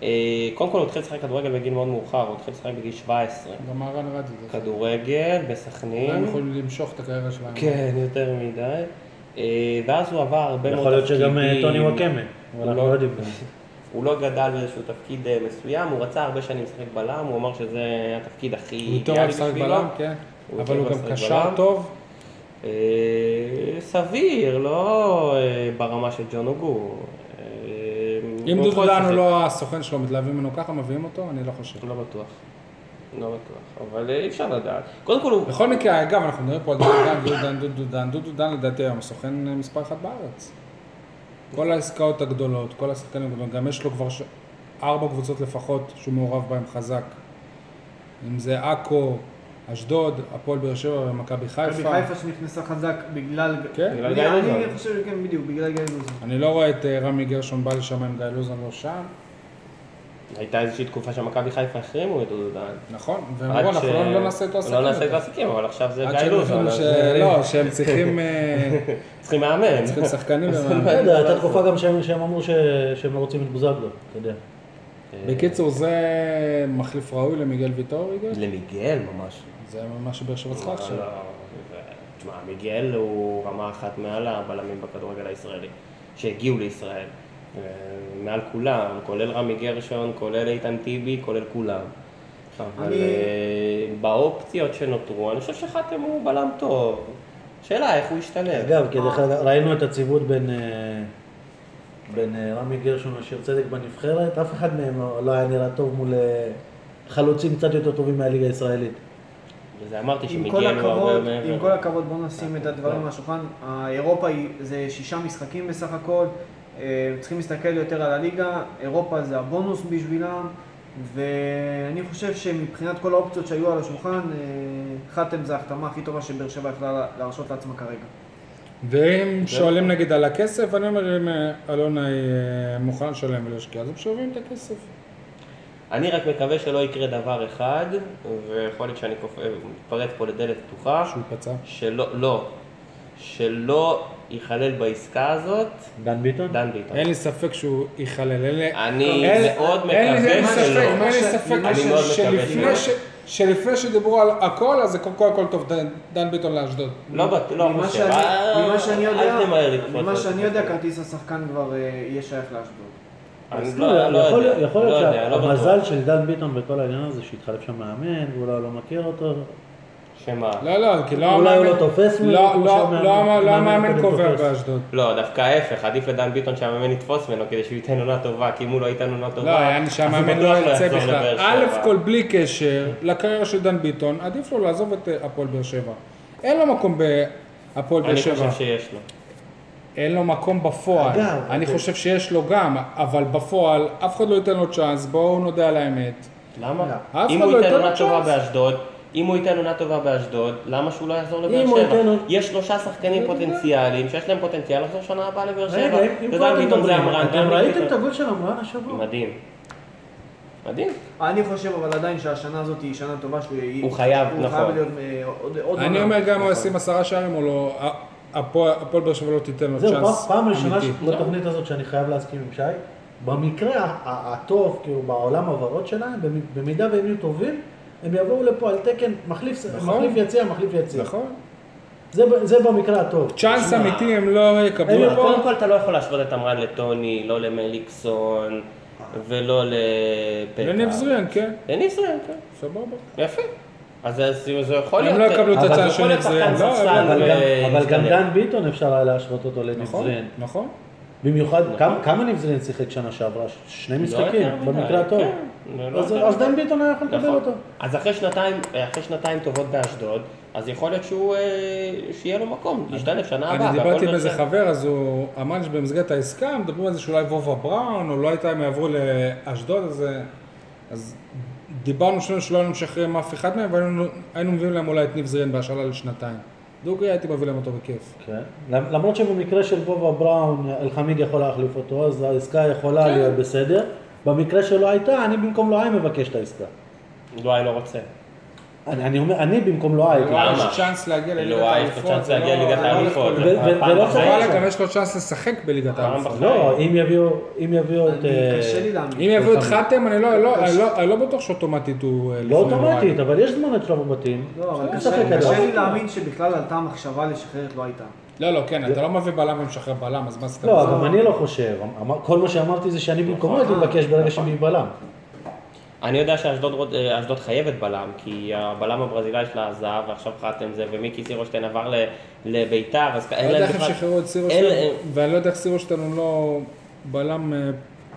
אה, קודם כל הוא התחיל לשחק כדורגל בגיל מאוד מאוחר, הוא התחיל לשחק בגיל 17. גם אהרן רדי. כן. זה. כדורגל הם לא בסכנין. יכולים למשוך את הקריירה שלהם. כן, יותר מדי. אה, ואז הוא עבר הרבה מאוד יכול להיות שגם אה, תפקידים. טוני וואקמה, אבל הוא אנחנו לא לא- יודעים. הוא לא גדל באיזשהו תפקיד אה, מסוים, הוא רצה הרבה שנים לשחק בלם, הוא אמר שזה התפקיד הכי הוא יותר אוהב לשחק בלם, כן. אבל הוא יותר הוא אוהב גם לשחק קשר בלם. טוב. אה, סביר, לא אה, ברמה של ג'ון אוגו. אה, אם הוא יכול דודלן הוא לשחק. לא הסוכן שלו, מתלהבים ממנו ככה, מביאים אותו? אני לא חושב. לא בטוח. לא בטוח, אבל אה, אי אפשר לדעת. קודם כל הוא... בכל מקרה, אגב, אנחנו מדברים פה על דודן, דודן, דודן, דודן, לדעתי היום הסוכן אה, מספר אחת בארץ. כל העסקאות הגדולות, כל השחקנים הגדולים, גם יש לו כבר ש- ארבע קבוצות לפחות שהוא מעורב בהן חזק. אם זה עכו, אשדוד, הפועל באר שבע ומכבי מכבי חיפה. חיפה שנכנסה חזק בגלל... כן. בגלל גיא אני אני לוזון. חושב שכן, בדיוק, בגלל גיא לוזון. אני לא רואה את אה, רמי גרשון בא לשם עם גיא לוזון לא שם, הייתה איזושהי תקופה שמכבי חיפה החרימו את דודן. נכון? והם אמרו, אנחנו לא לא נעשה איתו עסקים. לא נעשה איתו יותר." עסקים, אבל עכשיו זה עד גיא שהם לוזון. הבינו אז, ש- אה, לא, שהם צריכים אה, צריכים מאמן. צריכים שחקנים ומאמן. לא יודע, הייתה תקופה גם שהם שהם אמרו ש- שהם לא רוצים את בוזגלו, אתה יודע. כן. בקיצור, זה מחליף ראוי למיגל ויטור, יגאל? למיגל ממש. זה מה שבאר שבע צריכה עכשיו. לא, זה- תשמע, מיגל הוא רמה אחת מעל הבלמים בכדורגל הישראלי, שהגיעו לישראל. אה, מעל כולם, כולל רמי גרשון, כולל איתן טיבי, כולל כולם. אבל אני- אה, באופציות שנותרו, אני חושב שחתם הוא בלם טוב. שאלה איך הוא ישתלב. אגב, כי אה. דרך אגב, ראינו את הציוות בין, אה, בין אה, רמי גרשון לשיר צדק בנבחרת, אף אחד מהם לא- לא היה נראה טוב מול אה, חלוצים קצת יותר טובים מהליגה הישראלית. וזה אמרתי עם כל שמיגל הוא הרבה הכבוד, מעבר. כן. עם כל הכבוד, בואו נשים את הדברים על השולחן. אירופה זה שישה משחקים בסך הכל, אה, צריכים להסתכל יותר על הליגה, אירופה זה הבונוס בשבילם, ואני חושב שמבחינת כל האופציות שהיו על השולחן, אה, חתם זה ההחתמה הכי טובה שבאר שבע יכלה לה- להרשות לעצמה כרגע. ואם שואלים נגיד על הכסף, אני אומר, אם אה, אלונה היא אה, מוכנה לשלם ולהשקיע, אז הם שווים את הכסף. אני רק מקווה שלא יקרה דבר אחד, ויכול להיות שאני קופ- מתפרץ פה לדלת פתוחה, שהוא פצע. שלא, לא, שלא ייכלל בעסקה הזאת דן ביטון? דן ביטון. אין לי ספק שהוא ייכלל. אין לי- אני אין- מאוד אין לי- אין לי מקווה ספק, שלא. אין לי ממה ש- ספק ממה ש- אני מאוד שלפני מקווה ש- שלפני שדיברו על הכל, אז זה קודם כל הכל טוב, דן- דן ביטון לאשדוד. לא בט- לא ממה חושב. שאני- אה, ממה שאני יודע, אל תמהר לקפוץ. ממה שאני יודע, אני כרטיס השחקן כבר אה, יהיה שייך לאשדוד. אז לא- לא, לא יכול יודע, יכול לא להיות יודע, לא בטוח. שהמזל של דן ביטון בכל העניין הזה שהתחלף שם מאמן, ואולי הוא לא מכיר אותו. שמה? לא, לא, כי לא אולי הוא המאמן- לא תופס ממנו לא, כמו לא, שהמאמן- לא המ- לא המאמן המאמן הקודם קובע תופס. באשדוד. לא, דווקא ההפך, עדיף לדן ביטון שהמאמן יתפוס ממנו כדי שהוא ייתן עונה טובה, כי אם הוא לא ייתן עונה לא, טובה, היה אז הוא שהמאמן לא בטוח ירצה יחזור בכלל. לבאר שבע. א' כל בלי קשר לקריירה של דן ביטון, עדיף לו לעזוב את אה, הפועל באר שבע. אין לו מקום בהפועל באר אני שבע. חושב שיש לו. אין לו מקום בפועל. אגב, אני אוקיי. חושב שיש לו גם, אבל בפועל אף אחד לא ייתן לו צ'אנס, בואו נודה על האמת. למה? אף אם אחד הוא לא ייתן ייתן לו עונה טובה צ'אנס. באשדוד, אם הוא ייתן עונה טובה באשדוד, למה שהוא לא יחזור לבאר אם הוא ייתן שבע? עונה- יש שלושה שחקנים לא פוטנציאליים שיש להם פוטנציאל לחזור שנה הבאה לבאר שבע. רגע, אם- אם אתה יודע, כבר אתם ביטון זה מדברים, אמרן, אתם גם ראיתם את ביטון. הגול של אמרן השבוע? מדהים. מדהים. אני חושב אבל עדיין שהשנה הזאת היא שנה טובה שהוא יהיה... הוא חייב, הוא נכון. חייב להיות אה, עוד- עוד... אני עונה. אומר גם אם נכון. הוא ישים עשרה שערים או לא, הפועל הפועל באר שבע לא תיתן לו זהו, צ'אנס פעם- פעם ראשונה אמיתי. ש- בתוכנית הזאת שאני חייב להסכים עם שי, במקרה ה- ה- הטוב, כאילו בעולם הוורוד שלהם, במ- במידה והם יהיו טובים, הם יבואו לפה על תקן מחליף נכון. מחליף יציע, מחליף יציע. נכון. זה ב- זה במקרה הטוב. צ'אנס אמיתי הם לא אין יקבלו לי פה. קודם כל אתה לא יכול להשוות את אמרן לטוני, לא למליקסון ולא לפטר. לניב זריאן, כן, לניב זריאן, כן. סבבה. יפה. אז זה זה יכול הם להיות... לא יקבלו את אבל הצעה זה יכול של להיות ניב זריאן. שחקן לא, ספסל אבל אבל ו- גם- אבל גם להסתדר. דן ביטון אפשר היה להשוות אותו נכון, לנבזרין. נכון. במיוחד, כמה- כמה נבזרין שיחק שנה שעברה? ש- שני משחקים, נכון. לא יותר מדי, במקרה הטוב. כן, זה לא אז- יותר אז מדי. דן ביטון היה יכול לקבל נכון. אותו. אז אחרי שנתיים, אחרי שנתיים טובות באשדוד, אז יכול להיות שהוא, אה, שיהיה לו מקום, להשתלב שנה הבאה. אני והכל דיברתי עם איזה בסדר. חבר, אז הוא אמר שבמסגרת העסקה מדברים על זה שאולי וובה בראון, או לא הייתה, הם יעברו לאשדוד, אז, אה, אז דיברנו שנינו שלא היינו משחררים אף אחד מהם, והיינו היינו מביאים להם אולי את ניב זריאן בהשאלה לשנתיים. דוגרי הייתי מביא להם אותו בכיף. כן. למ- למרות שבמקרה של וובה בראון, אלחמיד יכול להחליף אותו, אז העסקה יכולה כן. להיות בסדר. במקרה שלא הייתה, אני במקום לואי מבקש את העסקה. לא, אני לא רוצה. אני, אני אומר, אני במקום לואי הייתי. למה? יש צ'אנס להגיע לליגת לא, יש לו האלופות, צ'אנס זה להגיע לא- לליגת זה לא האליפות. לכל- ו- ו- פעם ולא בחיים. צריך- וואלה, גם יש לו צ'אנס לשחק בליגת פעם האלופות. בחיים. לא, אם יביאו, אם יביאו את... אה, אני- קשה לי להאמין. אם יביאו את חתם, אני לא- לא- אני לא- אני לא בטוח שאוטומטית הוא... אה, לא לפני אוטומטית, אבל יש זמן אצלו בבתים. לא, אבל לשחק קשה כדורגל. קשה לי להאמין שבכלל עלתה מחשבה לשחרר את לא הייתה. לא, לא, כן, אתה לא מביא בלם ומשחרר בלם, אז מה עשית? לא, בזה? גם אני לא חושב. אמר- כל מה שאמרתי זה נכון, שאני במקומו אה, הייתי מבקש ברגע שהם יהיו בלם. אני יודע שאשדוד רוצ- אה, אשדוד חייבת בלם, כי הבלם הברזילאי שלה עזב, ועכשיו חתם זה, ומיקי סירושטיין עבר ל- לביתר, אז אני אין לא יודע להם איך הם בכלל... שחררו את אין- סירושטיין, ואני לא יודע איך סירושטיין הוא לא בלם אה,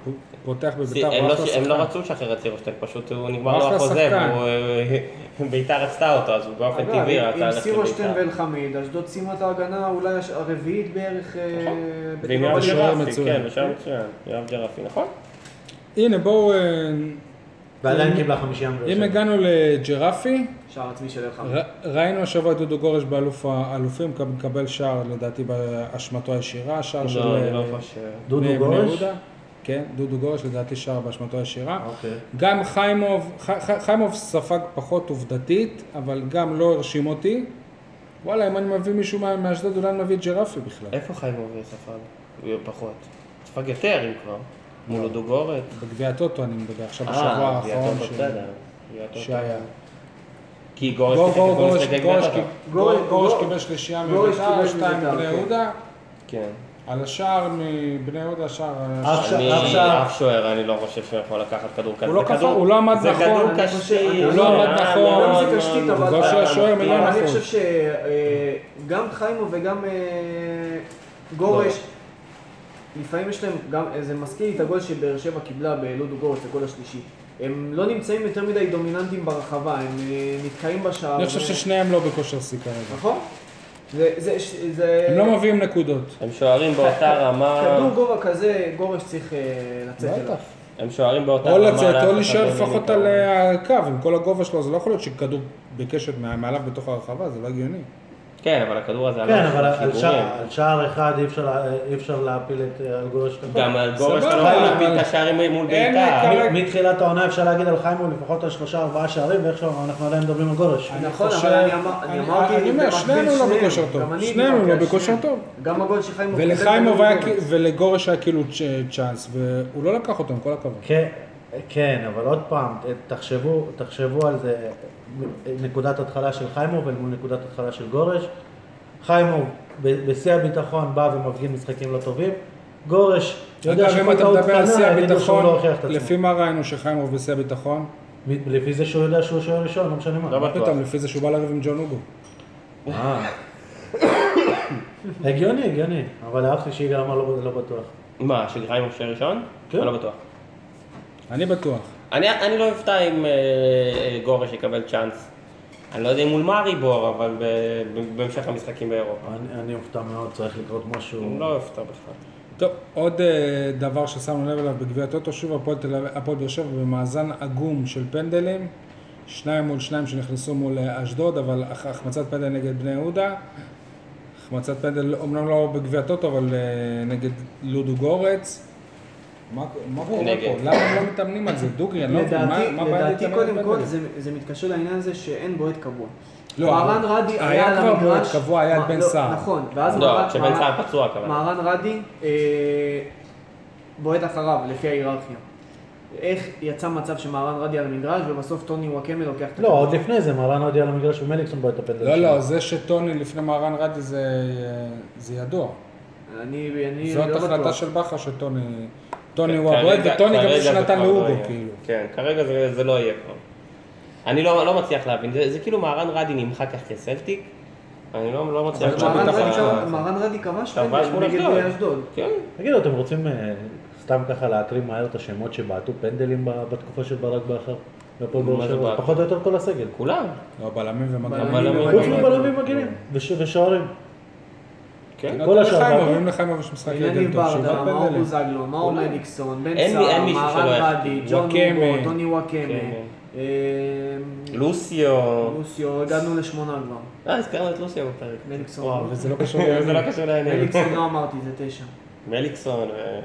פ- פותח בביתר, הם הוא לא- אחלה הם לא שחקן. רצו לשחרר את סירושטיין, פשוט הוא נגמר הוא לו אחלה החוזה, שחקן. והוא, אה, ביתר רצתה אותו, אז הוא באופן אגב, טבעי עם רצה ללכת סירושטיין לביתר. ואלחמיד, אשדוד סיימו את ההגנה אולי הש- הרביעית בערך... אה, ועם בטבע יואב בליגה. שוער ג'רפי, מצוין. כן, ושוער מצוין, יואב ג'רפי, נכון? הנה, בואו, אה, ועדיין קיבלה חמישייה לא מבאר אם שבע. הגענו לג'רפי, שער עצמי של אלחמיד. ר- ראינו השבוע את דודו גורש באלוף האלופים, כ- מקבל שער לדעתי באשמתו הישירה, שער של לא, אני לא אה, חושב. דודו בני- בני גורש? יהודה. כן, דודו גורש לדעתי שער באשמתו הישירה. אוקיי. גם חיימוב, חי- חי- חיימוב ספג פחות עובדתית, אבל גם לא הרשים אותי. וואלה, אם אני מביא מישהו מה- מאשדוד, אולי אני מביא את ג'רפי בכלל. איפה חיים עובר ספג? הוא פחות. ספג יותר, אם כבר. מול דוגורת. בגביע הטוטו אני מדבר עכשיו, אה, בשבוע לא. אה, האחרון ש- שהיה. כי גור- גורש גור- גורש- שיחק גורש בגביע. קיב- גורש- גור- גורש גור- קיבל שלישייה גורש מביתר, קיבל שתיים מביתר, מבני כן. יהודה, כן. על השער מבני יהודה, שער... אף ש- אף אני, שער. אף שוער, אני לא חושב שהוא יכול לקחת כדור כזה. לא זה קפא, כדור- הוא לא עמד זה נכון, כדור אני קשה. חושב- הוא לא אה, עמד נכון. גם זה קשתית, לא, אבל- גול של השוער, אבל- לא אבל אני נכון. חושב שגם חיימו וגם אה, גורש, לא. לפעמים יש להם, גם, זה מזכיר לי את הגול שבאר שבע קיבלה בלודו גורש, זה הגול השלישי. הם לא נמצאים יותר מדי דומיננטיים ברחבה, הם אה, נתקעים בשער. אני חושב ו- ששניהם לא בכושר שיא כרגע. נכון? זה... זה, זה הם לא מביאים נקודות. הם שוערים באותה רמה. כדור גובה כזה, גורש צריך אה, לצאת אליו. בטח. הם שוערים באותה רמה. או לצאת, או לאף להישאר אחד לא לפחות ניתן. על אה, הקו, עם כל הגובה שלו, זה לא יכול להיות שכדור בקשת מה- מעליו בתוך הרחבה, זה לא הגיוני. כן, אבל הכדור הזה כן, אבל על על שער- החיבורים. על שער אחד אי אפשר לה- אי אפשר להפיל את אה, על גורש. ככה. גם על גורש אתה לא סבבה, יכול להפיל אבל- את השערים מול אין בית"ר. לי כרגע- מתחילת העונה אפשר להגיד על חיימו לפחות על שלושה ארבעה שערים, ואיכשהו אנחנו עדיין מדברים על גורש. נכון, חושב- אבל אני אמר- אני- אני אמרתי, אני אומר, במקביל שנינו לא שניהם. בכושר טוב. גם אני שניהם דיברתי לא על בכושר שניהם. טוב. גם הגול שחיימוב... קיבל ולחיימוב היה בלודו גורש. כ- ולגורש היה כאילו צ'- צ'אנס, והוא לא לקח אותו, עם כל הכבוד. כן, כן, אבל עוד פעם, תחשבו, תחשבו על זה, נקודת התחלה של חיימוב אל מול נקודת התחלה של גורש. חיימוב ב- בשיא הביטחון בא ומפגין משחקים לא טובים. גורש, יודע אגב, אם שכל אתה טעות מדבר על שיא קטנה, יגידו שהוא הביטחון, לא הוכיח את לפי עצמו. מה ראינו שחיימוב בשיא הביטחון? מ- לפי זה שהוא יודע שהוא שוער ראשון, לא משנה מה. לא מה בטוח. פתאום, לפי זה שהוא בא לריב עם ג'ון אוגו. אה. הגיוני, הגיוני, אבל אהבתי שיגאל אמר לא לא בטוח. מה, שגריים משה ראשון? כן. אני לא בטוח. אני בטוח. אני, אני לא אופתע אם אה, אה, גורש יקבל צ'אנס. אני לא יודע אם מול מארי בור, אבל ב, ב, בהמשך המשחקים באירופה. אני אני אופתע מאוד, צריך לקרות משהו. אני לא אופתע בכלל. טוב, עוד אה, דבר ששמנו לב אליו בגביע הטוטו, שוב הפועל תל אביב- הפועל באר שבע במאזן עגום של פנדלים, שניים מול שניים שנכנסו מול אה, אשדוד, אבל אח- החמצת פנדל נגד בני יהודה, החמצת פנדל אומנם לא בגביע הטוטו, אבל אה, נגד לודו גורץ, מה מה קורה נגד. פה? למה הם לא מתאמנים על זה? דוגרי, אני לא מבין, מה לדעתי, מה הבעיה לדעתי להתאמן על קודם כל פנדלים? זה, זה מתקשר לעניין הזה שאין בועט קבוע. לא, מהרן אבל רדי היה היה על כבר המגרש. בועט קבוע, היה את מה- בן לא, סער. נכון, ואז לא, מהרן- כשבן מהרן- סער פצוע הכוונה. מהרן רדי אה, בועט אחריו, לפי ההיררכיה. איך יצא מצב שמהרן רדי על המגרש ובסוף טוני וואקמה לוקח את לא, הכדור? עוד לפני זה, מרן הודיע למגרש ומליקסון בועט את הפנדל לא, שלו. לא, זה שטוני לפני מהרן רדי זה- זה ידוע. אני, אני זאת לא החלטה בטוח. של בכר שטוני... טוני כרגע- הוא הבועט, וטוני גם כרגע זה זה שנתן כבר לא לאוגו, יהיה. כאילו. כן, כרגע זה זה לא יהיה כבר. אני לא לא מצליח להבין, זה זה כאילו מהרן רדי נמחק אחרי סלטיק, אני לא לא מצליח אבל מהרן להבין את כשביטחון- רדי- ה... מהרן רדי כבש כבש פנדל מול נגד אשדוד. אשדוד. כן, תגידו, אתם רוצים אה, סתם ככה להקריא מהר את השמות שבעטו פנדלים ב- בתקופה של ברק בכר? והפועל באר מה זה שבע? בעט? פחות או יותר כל הסגל. כולם. לא, בלמים בלמים ומגרמים. אבל- חוץ מבלמים מגנים וש- ושוערים. כן. לא כל השאר חיימוב, בעטו. אם לחיימוב יש משחק לא יניב יגל טוב, שבעה ברדה, מאור פנדלים. בוזגלו, מאור אולי. מליקסון, בן אין מי- אין סער, מישהו שלא לא, מהרן יחטיא. רדי, ג'ון וואקמה. לובו, טוני וואקמה, כן. אה, לוסיו. לוסיו, הגענו לשמונה כבר. אה, הזכרנו את לוסיו בפרק. מליקסון. וואו, וזה לא קשור זה לעניין. לא קשור לעניין. מליקסון לא אמרתי, זה תשע. מליקסון, אה,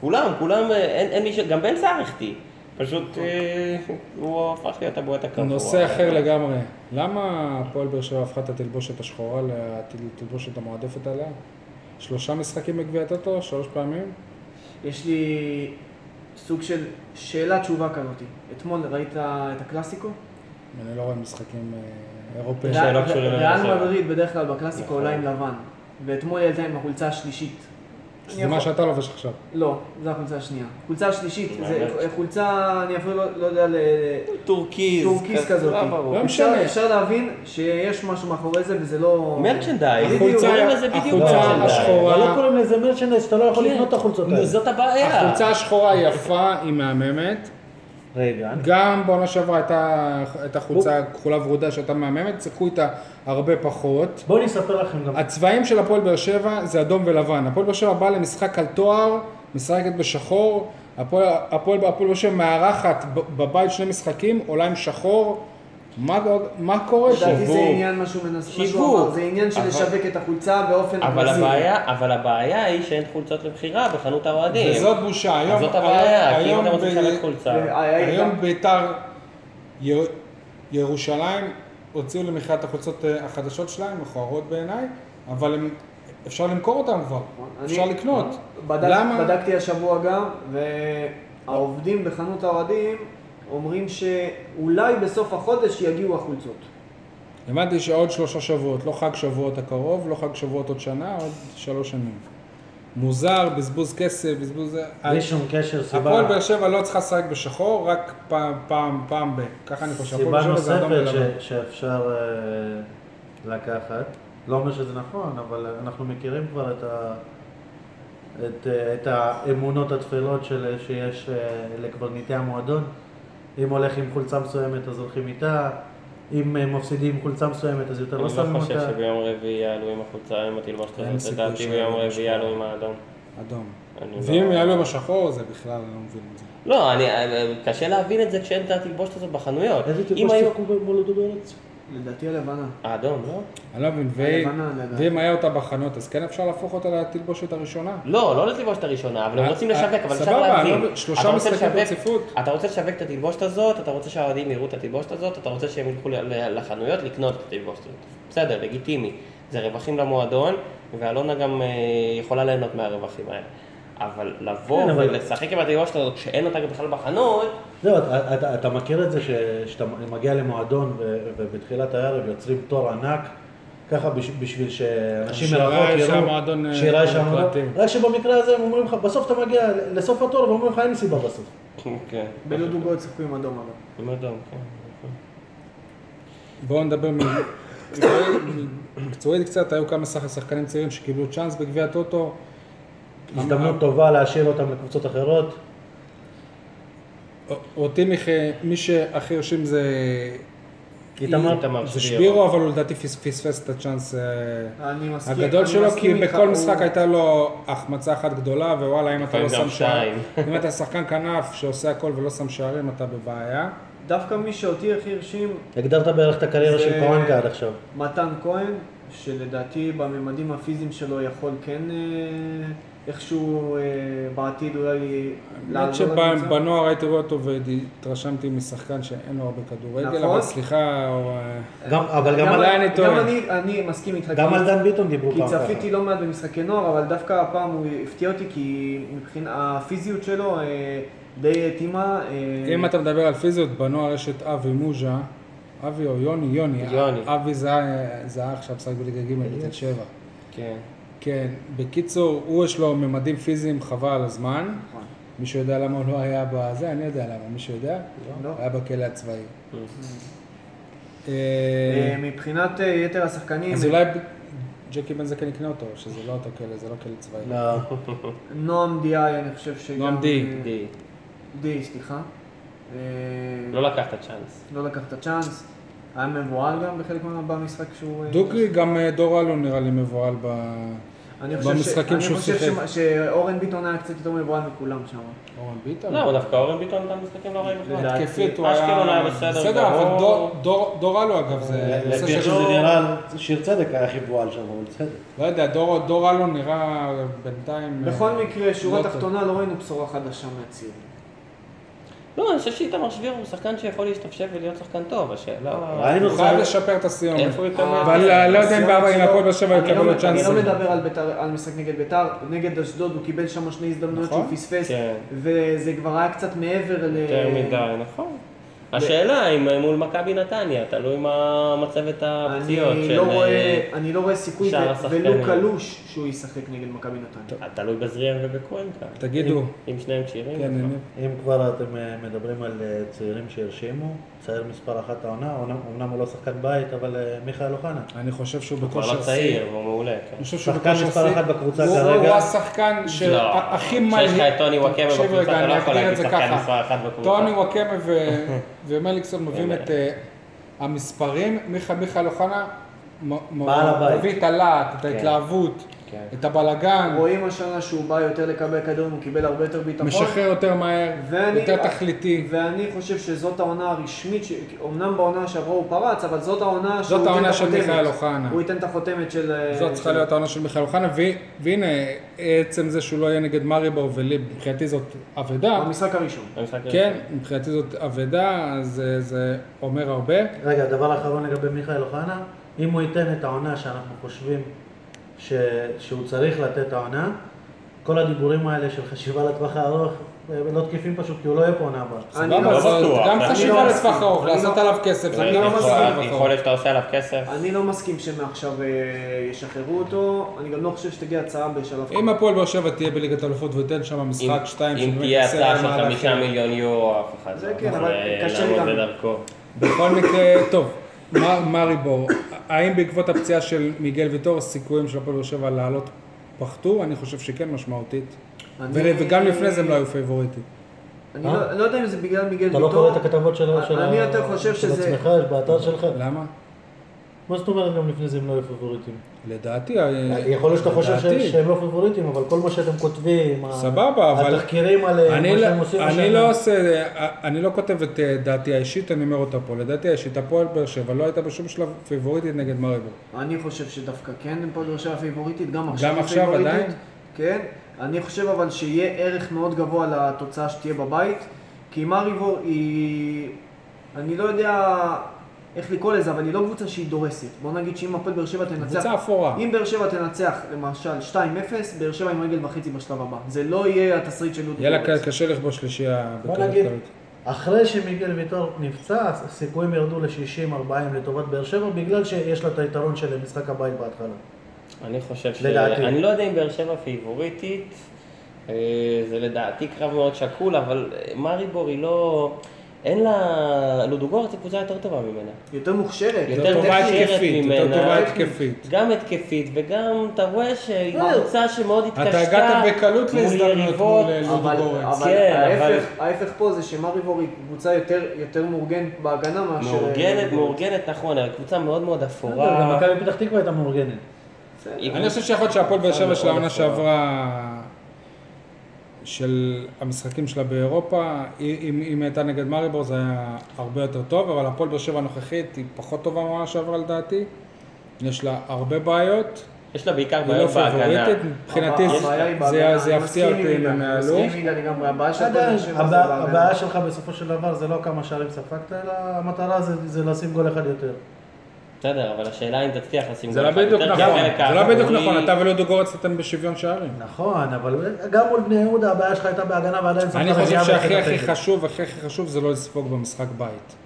כולם, כולם, אה, אין אין מי ש... גם בן סער החטיא. פשוט אה, הוא הפך להיות הבועט הקבוע. נושא אחר לגמרי. למה הפועל באר שבע הפכה את התלבושת השחורה לתלבושת המועדפת עליה? שלושה משחקים בגביע הטוטו, שלוש פעמים? יש לי סוג של שאלה תשובה כזאת. אתמול ראית את הקלאסיקו? אני לא רואה משחקים אה, אירופאים. שאלה ריאל- קשורה לבאר ריאל שבע. מדריד בדרך כלל בקלאסיקו נכון. עולה עם לבן, ואתמול היא עלתה עם החולצה השלישית. זה מה שאתה לובש עכשיו. לא, זו החולצה השנייה. חולצה השלישית, זה באמת? חולצה, אני אפילו לא לא יודע ל... טורקיז. טורקיז כזאת. לא ברור. לא אפשר, משנה. אפשר להבין שיש משהו מאחורי זה וזה לא... מרצ'נדייז. בדיוק. החולצה- קוראים לזה בדיוק החולצה מרצ'נדייז. השחורה. כן. אבל לא קוראים לזה מרצ'נדס, אתה לא יכול לקנות את החולצות נו, האלה. זאת הבעיה. החולצה השחורה היא יפה, היא מהממת. רגע, אני- גם בעונה שעברה הייתה את החולצה הכחולה ורודה שהייתה מהממת, שיחקו איתה הרבה פחות. בואו אני אספר לכם גם. הצבעים של הפועל באר שבע זה אדום ולבן. הפועל באר שבע באה למשחק על תואר, משחקת בשחור. הפועל הפועל הפועל באר שבע מארחת ב- בבית שני משחקים, עולה עם שחור. מה, מה קורה פה? לדעתי זה שיווק. עניין מה שהוא מנס... מה שהוא שיווק. אמר, זה עניין של אבל- לשווק את החולצה באופן אבל אגרסיבי. הבעיה, אבל הבעיה היא שאין חולצות למכירה בחנות האוהדים. וזאת בושה. אז היום, זאת הבעיה, כי אם היום אתה רוצה ב- לחלק חולצה. אה, וה- היום ביתר יר- ירושלים הוציאו למכירת את החולצות אה, החדשות שלהם, מכוערות בעיניי, אבל הם, אפשר למכור אותן כבר, נכון. אני- אפשר לקנות. בדק, למה? בדקתי השבוע גם, והעובדים בחנות האוהדים אומרים שאולי בסוף החודש יגיעו החולצות. הבנתי שעוד שלושה שבועות, לא חג שבועות הקרוב, לא חג שבועות עוד שנה, עוד שלוש שנים. מוזר, בזבוז כסף, בזבוז... בלי שום קשר, אה, הפועל סיבה באר שבע לא צריכה לשחק בשחור, רק פעם, פעם, פעם ב... ככה אני חושב, הפועל סיבה באר שבע זה אדום נוספת ולבן. ש- שאפשר אה, לקחת, לא אומר שזה נכון, אבל אנחנו מכירים כבר את ה... את, אה, את האמונות הטפלות של, שיש אה, לקברניטי המועדון. אם הולך עם חולצה מסוימת אז הולכים איתה, אם אה, מפסידים עם חולצה מסוימת אז יותר אני לא לא שמים חושב אותה. שביום רביעי יעלו עם החולצה, אם תלבש את אין החולצה, סיכוי לדעתי שיעלו ביום עם רביעי השחור. יעלו עם האדום. אדום. אני ואם לא- יעלו עם השחור, זה בכלל, אני לא מבין את זה. לא, אני, קשה להבין את זה כשאין את התלבושת הזאת בחנויות. איזה אם תלבוש היו- שיחקו במולדו בארץ? לדעתי הלבנה. האדום, לא? אני לא מבין, ו- הלבנה, הלבנה. ואם היה אותה בחנות, אז כן אפשר להפוך אותה לתלבושת הראשונה? לא, לא לתלבושת הראשונה, אבל הם אה, רוצים אה, לשווק, אבל אפשר סבבה, להבין. לא, שלושה אתה רוצה משחקים לשווק- ברציפות. אתה רוצה לשווק את התלבושת הזאת, אתה רוצה שהאוהדים יראו את התלבושת הזאת, אתה רוצה שהם ילכו ל- ל- לחנויות לקנות את התלבושת הזאת. בסדר, לגיטימי. זה רווחים למועדון, ואלונה גם אה, יכולה ליהנות מהרווחים האלה. אבל לבוא כן, אבל- ולשחק עם התלבושת הזאת כשאין אותה בכלל בחנות, זהו, אתה, אתה, אתה מכיר את זה שכשאתה מגיע למועדון ו, ובתחילת הערב יוצרים תור ענק, ככה בש, בשביל שאנשים שיראה מרחוק שהמועדון, אה, יראו, שיראה שהמועדון, פרטי. רק שבמקרה הזה הם אומרים לך, בסוף אתה מגיע לסוף התור ואומרים לך אין סיבה בסוף. כן. בלוד עוגות שיחקו עם אדום אבל. עם אדום, כן. בואו נדבר מ- מקצועית קצת, היו כמה שח- שחקנים צעירים שקיבלו צ'אנס בגביע הטוטו. הזדמנות טובה להשאיר אותם לקבוצות אחרות. אותי מח- מי שהכי הרשים זה... איתמר, איתמר זה שבירו. שבירו, אבל הוא לדעתי פס- פספס את הצ'אנס אה, אני מסכים. הגדול אני שלו, כי מסכים איתך, בכל הוא- משחק הייתה לו החמצה אחת גדולה, ווואלה, אם אתה לפעמים לא גם שם שערים, שתיים. אם אתה שחקן כנף שעושה הכל ולא שם שערים, אתה בבעיה. דווקא מי שאותי הכי הרשים, הגדרת בערך את הקריירה זה- של קוואנקה עד עכשיו. מתן כהן, שלדעתי בממדים הפיזיים שלו יכול כן אה, איכשהו אה, בעתיד אולי למרות לעזור לקבוצה. שבנוער הייתי רואה אותו והתרשמתי משחקן שאין לו הרבה כדורגל, נכון. אבל סליחה, הוא, אה, גם- אבל גם על- אולי אני גם טועה. אני, אני מסכים איתך. גם כי- על דן ביטון דיברו כי פעם ככה. צפיתי לא מעט במשחקי נוער, אבל דווקא הפעם הוא הפתיע אותי כי מבחינת הפיזיות שלו אה, די התאימה. אה, אם אתה מדבר על פיזיות, בנוער יש את אבי מוז'ה, אבי או יוני, יוני, יוני. אבי אה, זה ה- זה האח שהמשחק בליגה אה, ג' בתל שבע. כן. כן, בקיצור, הוא יש לו ממדים פיזיים חבל על הזמן. נכון. מישהו יודע למה הוא לא היה בזה? אני יודע למה, מישהו יודע? לא. היה בכלא הצבאי. אה, אה, מבחינת אה, יתר השחקנים, אז אולי ג'קי בן זקן יקנה אותו, שזה לא אותו כלא, זה לא כלא צבאי. לא. נועם דיאי, אני חושב שגם... נועם די. אה, די. די, סליחה. אה, לא לקח את הצ'אנס. לא לקח את הצ'אנס. היה מבוהל גם בחלק מה- במשחק שהוא... אה, דוגרי, גם אה, דור אלון נראה לי מבוהל ב... אני חושב ש- במשחקים שהוא אני שיחק. אה, חושב שמה- שאורן ביטון היה קצת יותר מבוהל מכולם שם. אורן ביטון? לא, אבל דווקא אורן ביטון גם משחקים לא רעים בכלל. לדעתי, התקפית הוא היה... אשקלון היה בסדר בסדר, אבל גמור. דור- דור- דור אלו אגב, אה, זה... נושא לפי של- איך שזה נראה, שיר צדק היה הכי בועל שם, אבל בסדר. לא יודע, דור- דור אלון נראה בינתיים... אה, בכל מקרה, שורה לא טוב. תחתונה, לא ראינו בשורה חדשה מהציון. לא, אני חושב שאיתמר שבירו הוא שחקן שיכול להשתפשף ולהיות שחקן טוב, השאלה... ראינו הוא חייב חלש. לשפר את הסיומת. איפה הוא יקבל? אבל לא יודע אם בעבר עם הפועל באר שבע הוא אני לא- יקבל עוד צ'אנסים. אני לא מדבר על בית"ר- על משחק נגד ביתר, נגד אשדוד הוא קיבל שם שני הזדמנויות נכון. שהוא פספס, כן. וזה כבר היה קצת מעבר ל... יותר מדי, נכון. השאלה אם מול מכבי נתניה, תלוי מה מצבת הפציעות אני של... אה, לא רואה- אני לא רואה סיכוי שאר ו- השחקנים. ולו קלוש שהוא ישחק נגד מכבי נתניה. אה, תלוי בזריאן ובקוונקה. תגידו. אם שניהם כשירים. נכון. כן, בכלל. אני- אם כבר אתם אה, מדברים על אה, צעירים שהרשימו, צעיר מספר אחת העונה, אומנם- אומנם הוא לא שחקן בית, אבל אה, מיכאל אוחנה. אני חושב שהוא הוא כבר בכושר לא שיא. צעיר, והוא מעולה, כן. אני חושב שהוא שחקן בכושר מספר שיא. אחת בקבוצה הוא- כרגע. הוא לא, השחקן שהכי מהיר. כשיש לא, לך את טוני וואקמה תקשיב בקבוצה, רגע, אתה לא אני אגדיר יכול להגיד את זה שחקן ככה. מספר אחת בקבוצה. לא טוני וואקמה ו- ומליקסון מביאים את אה, המספרים. מיכה- מיכאל אוחנה מ- מ- בעל הבית. מביא את הלהט, את ההתלהבות, כן. את הבלגן, רואים השנה שהוא בא יותר לקבל כדורים, הוא קיבל הרבה יותר ביטחון. משחרר יותר מהר, ואני- יותר תכליתי. ואני חושב שזאת העונה הרשמית, ש- אמנם בעונה שעברה הוא פרץ, אבל זאת העונה שהוא העונה ייתן את של החותמת. מיכאל אוחנה. הוא ייתן את החותמת של... אה, זאת צריכה של- להיות העונה של מיכאל אוחנה, והי- והנה, עצם זה שהוא לא יהיה נגד מריבור וליב, מבחינתי זאת אבדה. המשחק הראשון. המשחק הזה. כן, מבחינתי זאת אבדה, אז אה, זה אומר הרבה. רגע, דבר אחרון לגבי מיכאל אוחנה, אם הוא ייתן את העונה שאנחנו חושבים ש... שהוא צריך לתת העונה, כל הדיבורים האלה של חשיבה לטווח הארוך הם לא תקפים פשוט, כי הוא לא יהיה פה עונה הבאה. אני סבבה, לא אז זאת בטוח. גם אני חשיבה לא לטווח מסכים. ארוך, אני לעשות לא- עליו כסף, זה אני גם לא מסכים. חשיבה לטווח ארוך. אה, יכול להיות שאתה עושה עליו כסף. אני לא מסכים שמעכשיו אה, ישחררו אותו, אני גם לא חושב שתגיע הצעה בשלב... אם הפועל באר שבע תהיה בליגת אלופות ותיתן שם משחק אם- שתיים, אם שבאמת תהיה יעשה הצעה להם של מהלכים. חמישה מיליון יורו, אף אחד זה לא כן, יכול אבל קשה לי לעמוד גם. בדרכו. בכל מקרה, טוב, מר- מריבור, האם בעקבות הפציעה של מיגל ויטור הסיכויים של הפועל באר שבע לעלות פחתו? אני חושב שכן משמעותית. אני- ול- וגם לפני זה הם לא היו פייבוריטים. אני אה? לא- לא יודע אם זה בגלל מיגל אתה ויטור. לא קורא את הכתבות של, אני של, אני ה- יותר חושב של שזה- עצמך, באתר שלך? למה? מה זאת אומרת גם לפני זה הם לא היו פבוריטים? לדעתי, אה, יכול להיות שאתה חושב לדעתי. ש- שהם לא פבוריטים, אבל כל מה שאתם כותבים, ה- סבבה, אבל- התחקירים על אה, אני מה לא- שהם עושים אני השנה. לא עושה, אני לא כותב את אה, דעתי האישית, אני אומר אותה פה. לדעתי האישית, הפועל באר שבע לא הייתה בשום שלב פיבוריטית נגד מריבור. אני חושב שדווקא כן, הם פה דורשי הפייבוריטית, גם עכשיו גם היא עכשיו פייבוריטית. עדיין? כן, אני חושב אבל שיהיה ערך מאוד גבוה לתוצאה שתהיה בבית, כי מאריבור היא, אני לא יודע איך לקרוא לזה, אבל היא לא קבוצה שהיא דורסת. בוא נגיד שאם הפועל באר שבע תנצח... קבוצה אפורה. אם באר שבע תנצח למשל 2-0, באר שבע עם רגל וחצי בשלב הבא. זה לא יהיה התסריט של דודו יהיה לה פרץ. ק- קשה לכבוש שלישייה בוא בקלות נגיד, קלות. אחרי שמיגל ויטור נפצע, הסיכויים ירדו ל-60-40 לטובת באר שבע, בגלל שיש לה את היתרון של משחק הבית בהתחלה. אני חושב ש... לדעתי. אני לא יודע אם באר שבע פייבוריטית, אה, זה לדעתי קרב מאוד שקול, אבל אה, מאריבור היא לא... אין לה... לודוגורץ היא קבוצה יותר טובה ממנה. יותר מוכשרת. יותר טובה מוכשרת התקפית, יותר ממנה. טובה התקפית. גם התקפית, וגם אתה רואה שהיא לא. קבוצה שמאוד אתה התקשתה. הגעת בקלות מול להזדמנות יריבות. מול, אה, לודו אבל, גורץ. אבל כן, ההפך, ההפך פה זה שמריבור היא קבוצה יותר, יותר מאורגנת בהגנה מאשר... מאורגנת, מאורגנת, נכון, אבל קבוצה מאוד מאוד אפורה. גם מכבי פתח תקווה הייתה מאורגנת. היא אני חושב שיכול להיות שהפועל באר שבע של מאוד העונה אפורה. שעברה, של המשחקים שלה באירופה, אם אם הייתה נגד מריבור זה היה הרבה יותר טוב, אבל הפועל באר שבע הנוכחית היא פחות טובה מהעונה שעברה לדעתי, יש לה הרבה בעיות, יש לה בעיקר היא לא בעיות בהגנה. פייבוריטית, מבחינתי הבעיה זה- זה- היא בהגנה, זה אני יפתיע מסכים אותי אם עם הם אילן, אני יעלו. מסכים עם אילן לגמרי, הבעיה של הפועל באר שבע זה הבע- בהגנה. הבעיה שלך בסופו של דבר זה לא כמה שערים ספגת, אלא המטרה זה- זה לשים גול אחד יותר. בסדר, אבל השאלה אם תצליח לשים זה גול לא אחד בדיוק יותר, כי נכון, החלק זה לא האחורי- בדיוק נכון, אתה ולודו גורץ אתם בשוויון שערים. נכון, אבל גם מול בני יהודה הבעיה שלך הייתה בהגנה ועדיין ספגת אני חושב מגיעה שהכי ביחידת הכי הרגל. חשוב, הכי הכי חשוב זה לא לספוג במשחק בית.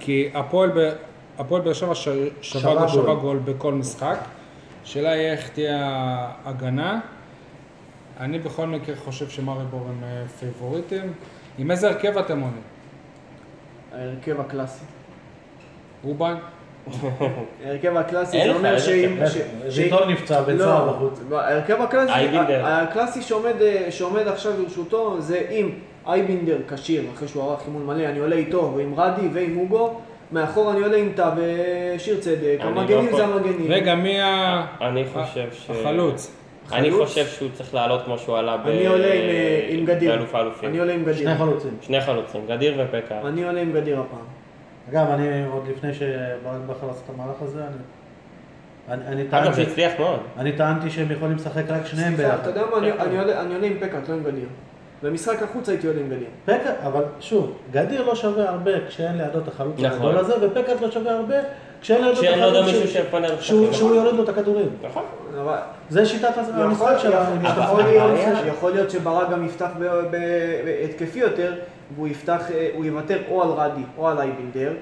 כי הפועל ב- הפועל באר שבע ש- שווה שווה גול, שווה גול. גול בכל משחק. השאלה היא איך תהיה ההגנה. אני בכל מקרה חושב שמרי בור הם אה, פייבוריטים. עם איזה הרכב אתם עונים? ההרכב הקלאסי. רובן? אה, ההרכב הקלאסי, אין זה לך, אין אומר לך. שאם... אה, ש- ש- ויטור נפצע, בן לא, סער בחוץ. ההרכב הקלאסי, אייבינדר. ה- הקלאסי שעומד, אה, שעומד עכשיו לרשותו זה אם אייבינדר כשיר, אחרי שהוא ערך אימון מלא, אני עולה איתו ועם רדי ועם אוגו, מאחור אני עולה עם טאה ושיר צדק, אני לא המגנים יכול- זה המגנים. רגע, מי ה- אני חושב ש... החלוץ? אני חלוץ? חושב שהוא צריך לעלות כמו שהוא עלה ב... אני עולה עם, אה, עם גדיר. באלוף האלופים. אני עולה עם גדיר. שני חלוצים. שני חלוצים, גדיר ופקר. אני עולה עם גדיר הפעם. אגב, אני עוד לפני שברק בכר עשה את המהלך הזה, אני- אני- אני אגב, זה טענתי- הצליח מאוד. אני טענתי שהם יכולים לשחק רק שניהם סליחה, אתה ביחד. יודע מה, אני- אני עולה- אני עולה עם פקארט, לא עם גדיר. במשחק החוץ הייתי עולה עם גדיר. פקארט, אבל שוב, גדיר לא שווה הרבה כשאין לידו את החלוץ נכון. הגדול הזה, ופקארט לא שווה הרבה כשאין לידו כשאין את לידו החלוץ מישהו ש- שיפנה לו את שהוא- הכדור. שהוא יורד לו את הכדורים. נכון. אבל זה שיטת יכול- אה, המשחק שלנו. יכול- עם יכול השטחים. להיות הבעיה- ש- יכול להיות שברק גם יפתח ב- ב- בהתקפי יותר, והוא יפתח, אה, הוא יוותר או על רדי או על אייבינדר,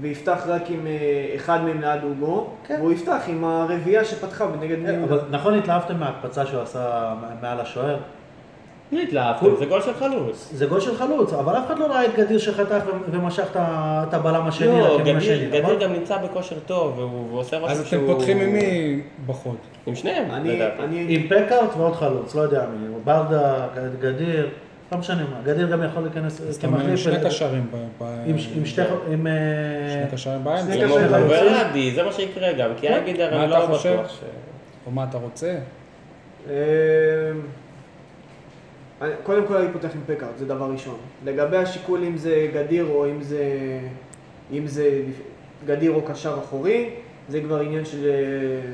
ויפתח רק עם אה, אחד מהם ליד אוגו, כן. והוא יפתח עם הרביעייה שפתחה נגד בני כן, יהודה. אבל נכון התלהבתם מההקפצה שהוא עשה מעל השוער? לא התלהבתם, זה גול של חלוץ. זה גול של חלוץ, אבל אף אחד לא ראה את גדיר שחטף ו- ומשך את ה- את הבלם השני לא, לכיוון גדיר- השני, נכון? גדיר גם נמצא בכושר טוב, והוא והוא עושה אז רושם אתם שהוא... פותחים עם מי בחוד? עם שניהם, אני, לדעתי. אני, עם פקארט ועוד חלוץ, לא יודע מי, או ברדה, ג- גדיר, לא משנה מה, גדיר גם יכול להיכנס אז אתם עם כמחליף. שני ול- קשרים. ב- ב- עם ש- עם שתי... ח- עם... אה, שני קשרים שני באמצע. זה קשר מאוד לחלוצים. ורדי, זה מה שיקרה גם, כי כן. אייבינדר מה אני אתה לא חושב? בטוח ש... או מה אתה רוצה? אה, אני- קודם כל אני פותח עם פקארט, זה דבר ראשון. לגבי השיקול אם זה גדיר או אם זה, אם זה גדיר או קשר אחורי, זה כבר עניין של, אה,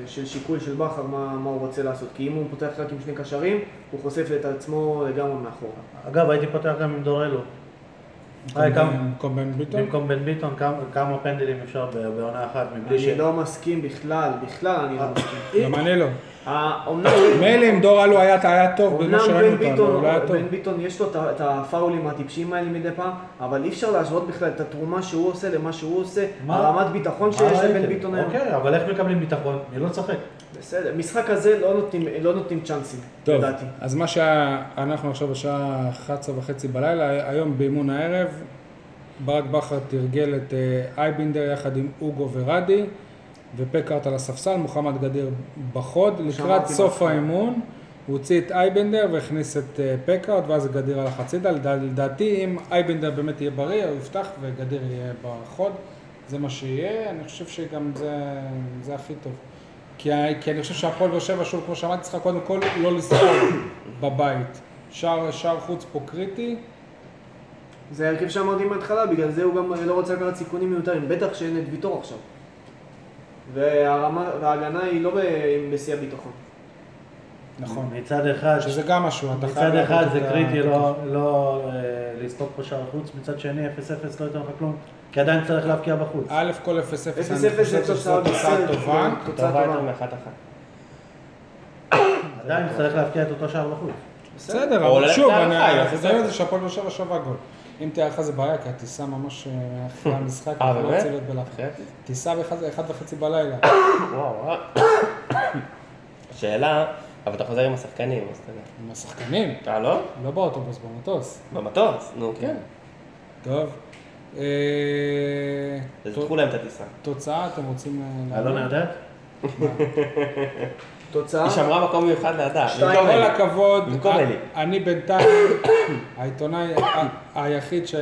של שיקול של בכר, מה, מה הוא רוצה לעשות. כי אם הוא פותח רק עם שני קשרים, הוא חושף את עצמו לגמרי מאחורה. אגב, הייתי פותח גם עם דורלו. היי, כמה- במקום בן ביטון? במקום בן ביטון, כמה- כמה פנדלים אפשר ב- בעונה אחת מבלי ש... אני לא מסכים בכלל, בכלל אני לא מסכים. גם אני לא. אה, אומנם... אה, מילא אם דור אלו היה היה טוב במה אומנם שראינו בן אותו, אבל ביטון, הוא לא היה טוב. בן ביטון יש לו את ה- את הפאולים הטיפשיים האלה מדי פעם, אבל אי אפשר להשוות בכלל את התרומה שהוא עושה למה שהוא עושה, מה? הרמת ביטחון מה נכון שיש לבן ראיתם? ביטון היום. אוקיי, אבל איך מקבלים ביטחון? אני לא צוחק. בסדר, משחק הזה לא נותנים- לא נותנים צ'אנסים, טוב, לדעתי. אז מה שאנחנו עכשיו בשעה 11 וחצי בלילה, היום באימון הערב, ברק בכר תרגל את אה, אייבינדר יחד עם אוגו ורדי, ופקארט על הספסל, מוחמד גדיר בחוד. לקראת שמעתי סוף משהו. האימון, הוא הוציא את אייבינדר והכניס את אה, פקארט, ואז גדיר הלך הצידה. לדע- לדעתי, אם אייבינדר באמת יהיה בריא, הוא יפתח וגדיר יהיה בחוד. זה מה שיהיה, אני חושב שגם זה, זה הכי טוב. כי, ה- כי אני חושב שהפועל באר שבע, שוב, כמו שאמרתי לך, קודם כל לא לסחור בבית. שער, שער חוץ פה קריטי. זה ההרכב שאמרתי מההתחלה, בגלל זה הוא גם לא רוצה לקחת סיכונים מיותרים, בטח שאין את ויטור עכשיו. והרמה- וההגנה היא לא ב- בשיא הביטחון. נכון. מצד אחד, שזה גם משהו, אתה חייב... מצד אחד לעשות זה את ה- קריטי לא- לא אה, לספוג פה שער חוץ, מצד שני 0-0 לא ייתן לך כלום, כי עדיין צריך להבקיע בחוץ. א' כל 0-0, אפס אני אפס חושב זה תוצאה שזו תוצאה בסדר, טובה. תוצאה טובה יותר טובה. מאחת אחת. אה, עדיין צריך להבקיע את אותו שער בחוץ. בסדר, או אבל ללכת שוב, להערכה, אני יהיה חוזר בסדר. לזה שהפועל באר שבע שווה גול. אם תהיה לך זה בעיה, כי הטיסה ממש אה, אחרי המשחק, אה, אתה לא באמת? רוצה להיות בלחץ. טיסה באחד וחצי בלילה. וואו, אה. שאלה, אבל אתה חוזר עם השחקנים, אז אתה יודע. עם השחקנים, אה, לא? לא באוטובוס, במטוס. במטוס, נו. כן. טוב. אה, אז תו- ידחו להם את הטיסה. תוצאה, אתם רוצים... אה, אלונה להגיד? יודעת? תוצאה, היא שמרה מקום מיוחד לידה. שתיים. במקום כל אלי. הכבוד, במקום א- אלי. אני בינתיים העיתונאי ה- היחיד ש-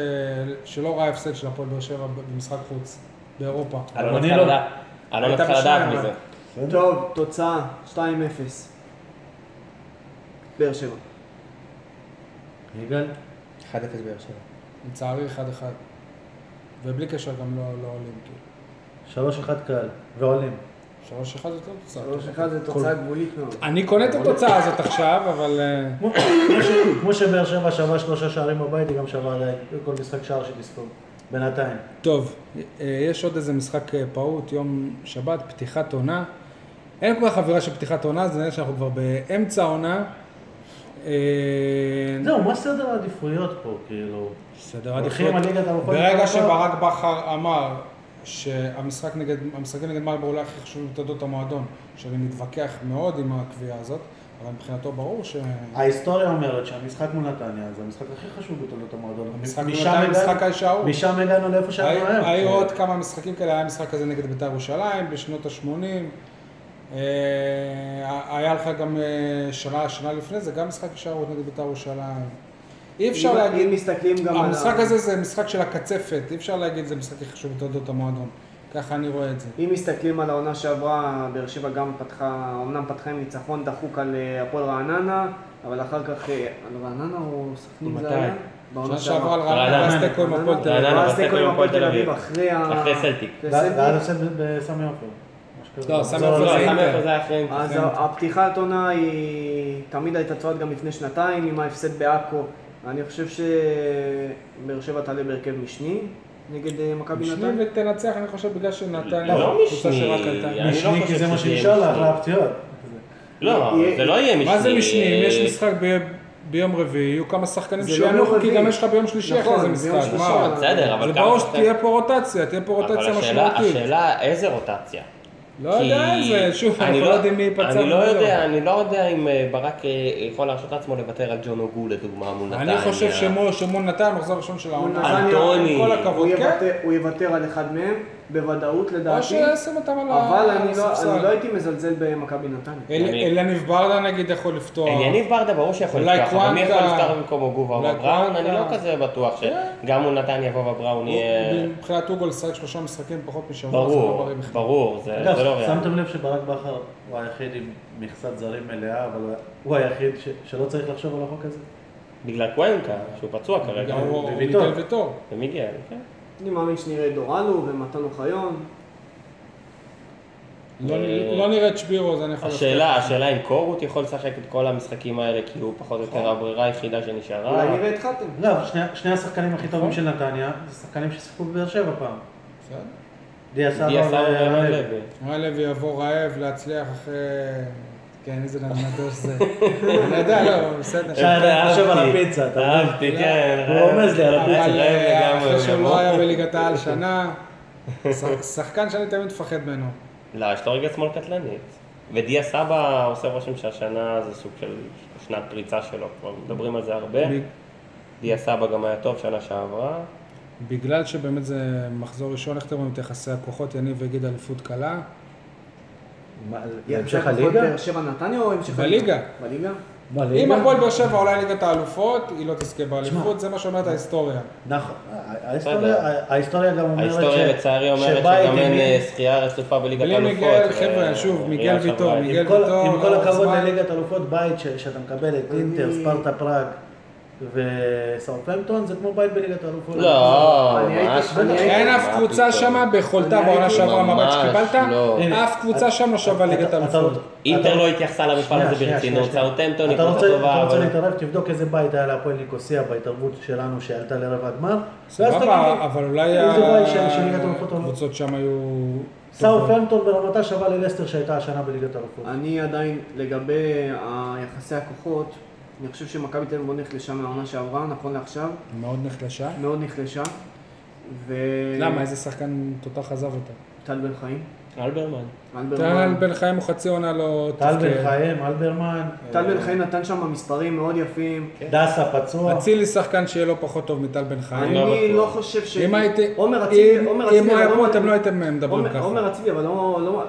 שלא ראה הפסד של הפועל באר שבע במשחק חוץ באירופה. אלונה אני צריכה לא. לדעת. אלונה הייתה צריכה בשניים, לדעת מזה. אבל. טוב, תוצאה 2-0. באר שבע. יגאל? 1-0 באר שבע. לצערי, אחד אחד. ובלי קשר גם לא לא עולים, כאילו. 3-1 קהל, ועולים. שלוש אחד זה יותר תוצאה. שלוש אחד זה תוצאה גבולית מאוד. אני קונה את התוצאה הזאת עכשיו, אבל... אה, כמו- כמו ש- כמו שבאר שבע שווה שלושה שערים בבית, היא גם שווה עדיין. כל משחק שער שתספוג. בינתיים. טוב, אה, יש עוד איזה משחק אה, פעוט, יום שבת, פתיחת עונה. אין כל כך אווירה של פתיחת עונה, זה נראה שאנחנו כבר באמצע העונה. אה, זהו, מה סדר העדיפויות פה, כאילו? סדר הולכים עדיפות. על ליגת האלופות ברגע בכל מקום. שברק בכר אמר שהמשחק נגד, המשחקים נגד מלבור אולי הכי חשוב לתולדות המועדון, שאני מתווכח מאוד עם הקביעה הזאת, אבל מבחינתו ברור ש... ההיסטוריה אומרת שהמשחק מול נתניה זה המשחק הכי חשוב בתולדות המועדון. המשחק מול משם נתניה, הגענו- משחק ההישארות. משם הגענו לאיפה שאנחנו היו- היום. היו כאילו. עוד כמה משחקים כאלה, היה המשחק הזה נגד בית"ר ירושלים בשנות ה-80. היה לך גם אה, שנה, שנה לפני זה, גם משחק הישארות נגד בית"ר ירושלים. אי אפשר אם- להגיד... אם מסתכלים גם על... המשחק ה- הזה זה משחק של הקצפת, אי אפשר להגיד זה משחק הכי חשוב בתולדות המועדון. ככה אני רואה את זה. אם מסתכלים על העונה שעברה, באר שבע גם פתחה, אמנם פתחה עם ניצחון דחוק על אה, הפועל רעננה, אבל אחר כך, אה, על רעננה או סכנין זה מתי? היה? שנה בעונה שעברה על רעננה, רעננה. ואז תיקו עם הפועל תל אביב. רעננה ואז בסקר תיקו עם הפועל תל אביב אחרי ה... אחרי סלטיק. בסלטיק. כן. ואז הפסד בסמי עופר. משהו כזה. לא, סמי זה עופר לא, זה סמי אינטר. עופר זה היה אחרי... אז כן. הפתיחת עונה היא תמיד הייתה צועדת גם לפני שנתיים עם ההפסד בעכו. אני חושב שבאר שבע תעלה בהרכב משני נגד אה, מכבי משני נתניה. ותנצח, אני חושב, בגלל שנתניה, לא היא קבוצה משני. שרק עלתה. אני לא משני, חושב כי זה מה שזה יהיה שנשאר לך משני. להפתיעות. לא, יהיה- זה לא יהיה משני. מה זה משני? אם אה, יש משחק ב- ביום רביעי, יהיו כמה שחקנים זה לא ביום שינוחו, כי רביעי. גם יש לך ביום שלישי נכון, אחרי זה ביום משחק. שלישי, מה? אבל- בסדר, אבל זה כמה ברור שחקנים- שתהיה פה רוטציה, תהיה פה אבל רוטציה השאלה- משמעותית. השאלה איזה רוטציה. לא יודע כי- איזה, שוב, אני אנחנו לא יודעים מי ייפצע. אני ומי לא יודע, אני לא יודע אם אה, ברק אה, יכול להרשות לעצמו לוותר על ג'ון אוגו לדוגמה מול נתניה. אני חושב שמו- שמול נתניה, מחזור ראשון של העונה. נתניה, אנטוני. עם כל הוא הכבוד, כן? יוותר- הוא יוותר על אחד מהם, בוודאות או לדעתי. שישים אותם על אבל אני לא- הספסל. אני לא הייתי מזלזל במכבי נתניה. אל- אני- אלניב ברדה נגיד יכול לפתוח. יניב ברדה ברור שיכול אולי לפתוח, אבל מי יכול קוואנקה- לפתוח במקום אוגו אולי ואבא בראון? אני לא קוואנקה. כזה בטוח שגם מול נתניה ואבא בראון הוא- יהיה... מבחינת אוגו לשחק שלושה משחקים פחות משבוע. זה לא אה, ברור, בריא בכלל. ברור, זה אגב, זה לא ריאלי. שמתם לב שברק בכר הוא היחיד עם מכסת זרים מלאה, אבל הוא היחיד ש- שלא צריך לחשוב על החוק הזה. בגלל קוונקה, שהוא פצוע כרגע, גם הוא הוא וויטור. ביטל ויטור. ומיגל, כן. אני מאמין שנראה את דורלו ומתן אוחיון. לא- אה, לא נראה את שבירו, זה אני יכול השאלה, השאלה אם קורות יכול לשחק את כל המשחקים האלה, כי הוא פחות או יותר נכון. הברירה היחידה אולי שנשארה. נראה את חתם. אגב, שני- שני השחקנים הכי טובים של נתניה, זה שחקנים ששיחקו בבאר שבע פעם. בסדר. דיה דיה סבא סבא ורן ורן לוי. לוי. רן לוי יבוא רעב להצליח אחרי... כן, איזה נדוש זה. אני יודע, לא, אבל בסדר. שי, אני חושב על אהבתי. הפיצה, אתה מבין? אהבתי, כן. הוא רומז לי על הפיצה. אבל רעב אה, לגמרי, אחרי שהוא הוא לא יבוא. היה בליגת העל שנה, שח- שחקן שאני תמיד מפחד ממנו. לא, יש לו רגל שמאל קטלנית. ודיה סבא עושה רושם שהשנה זה סוג של שנת פריצה שלו, כבר מדברים על זה הרבה. ב- דיה סבא גם היה טוב שנה שעברה. בגלל שבאמת זה מחזור ראשון, איך אתם רואים את יחסי הכוחות, יניב יגיד אליפות קלה. מה, יצא להמשך כוחות הליגה? באר שבע נתניה או המשך בליגה. בליגה? בליגה? אם הפועל באר שבע עולה ליגת האלופות, היא לא תזכה באליפות, זה מה שאומרת ההיסטוריה. נכון. ההיסטוריה- ההיסטוריה גם אומרת ש... ההיסטוריה לצערי אומרת שבית שגם אין עם- אה, זכייה רצופה בליגת בלי האלופות. מיגל, ו- חבר'ה, שוב, מיגל ריאל ויטור, חברה. מיגל- עם כל- ויטור, עם כל לאורך הכבוד אה, זמן. לליגת אלופות בית ש- שאתה מקבל את אינטר, אני- ספרטה פראג וסאופמפטון, זה כמו בית בליגת האלופות. לא, אני הייתי- ממש אני לא. הייתי- אין מה אף קבוצה פתאום. שמה אני בחולתה הייתי בעונה שעברה ממש מהבית שקיבלת, לא. הנה, אף קבוצה שם לא שווה ליגת אתה- אתה- האלופות. אתה- אינטר לא התייחסה למפעל שנייה, הזה שנייה, ברצינות, שנייה. סאוטמפטון היא אתה רוצה- קבוצה טובה, אתה רוצה אבל... להתערב, תבדוק איזה בית היה להפועל ניקוסיה בהתערבות שלנו שעלתה לרבע הגמר. ואז תגיד סבבה, לי, אבל אולי איזה בית של- של ליגת האלופות או לא? הקבוצות שם היו... סאופמפטון ברמתה שווה ללסטר שהייתה השנה בליגת האלופות. אני עדיין, לגבי אה, יחסי הכוחות, אני חושב שמכבי תל אביב מאוד נחלשה מהעונה שעברה, נכון לעכשיו, מאוד נחלשה. מאוד נחלשה. ו... למה? איזה שחקן תותח עזב אותה? טל בן חיים. אלברמן. טל אלברמן. בן חיים הוא חצי עונה לא טל בן תפקד. חיים, אלברמן, טל בן חיים נתן שם מספרים מאוד יפים. כן. אה, דסה פצוע. אצילי שחקן שיהיה לו פחות טוב מטל בן חיים. אני בטוח. לא חושב ש... אם הייתי- עומר אם- אצילי, עומר אם אצילי, הוא אבל היה לא- פה, אתם לא הייתם מדברים עומר- ככה. עומר אצילי, אבל לא... לא-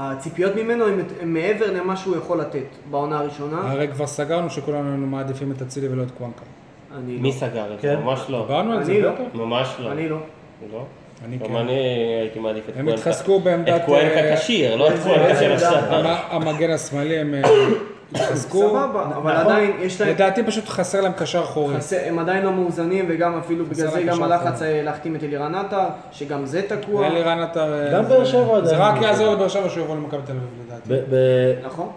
הציפיות ממנו הן הן מעבר למה שהוא יכול לתת בעונה הראשונה. הרי כבר סגרנו שכולנו היינו מעדיפים את אצילי ולא את קוואנקה. אני מי סגר את זה? כן. ממש לא. דיברנו על זה, אוקיי. אני לא. בטח. ממש לא. אני לא. לא? אני גם כן. אני הייתי מעדיף את הם כהן התחזקו בעמדת, את כהן אה, כשיר, לא את איזה- כהן איזה כשיר עמדה? עכשיו. המ- המגן השמאלי הם אה, התחזקו. סבבה, נכון. אבל עדיין יש להם- לדעתי פשוט חסר להם קשר אחורי. חסר- הם עדיין לא מאוזנים, וגם אפילו בגלל חסר זה גם הקשר הלחץ אה, להחתים את אלירן עטר, שגם זה תקוע. אלי רן אתה... גם באר שבע זה עדיין. לא רק יעזור לבאר שבע שהוא יבוא למכבי תל אביב לדעתי. ב- ב- נכון.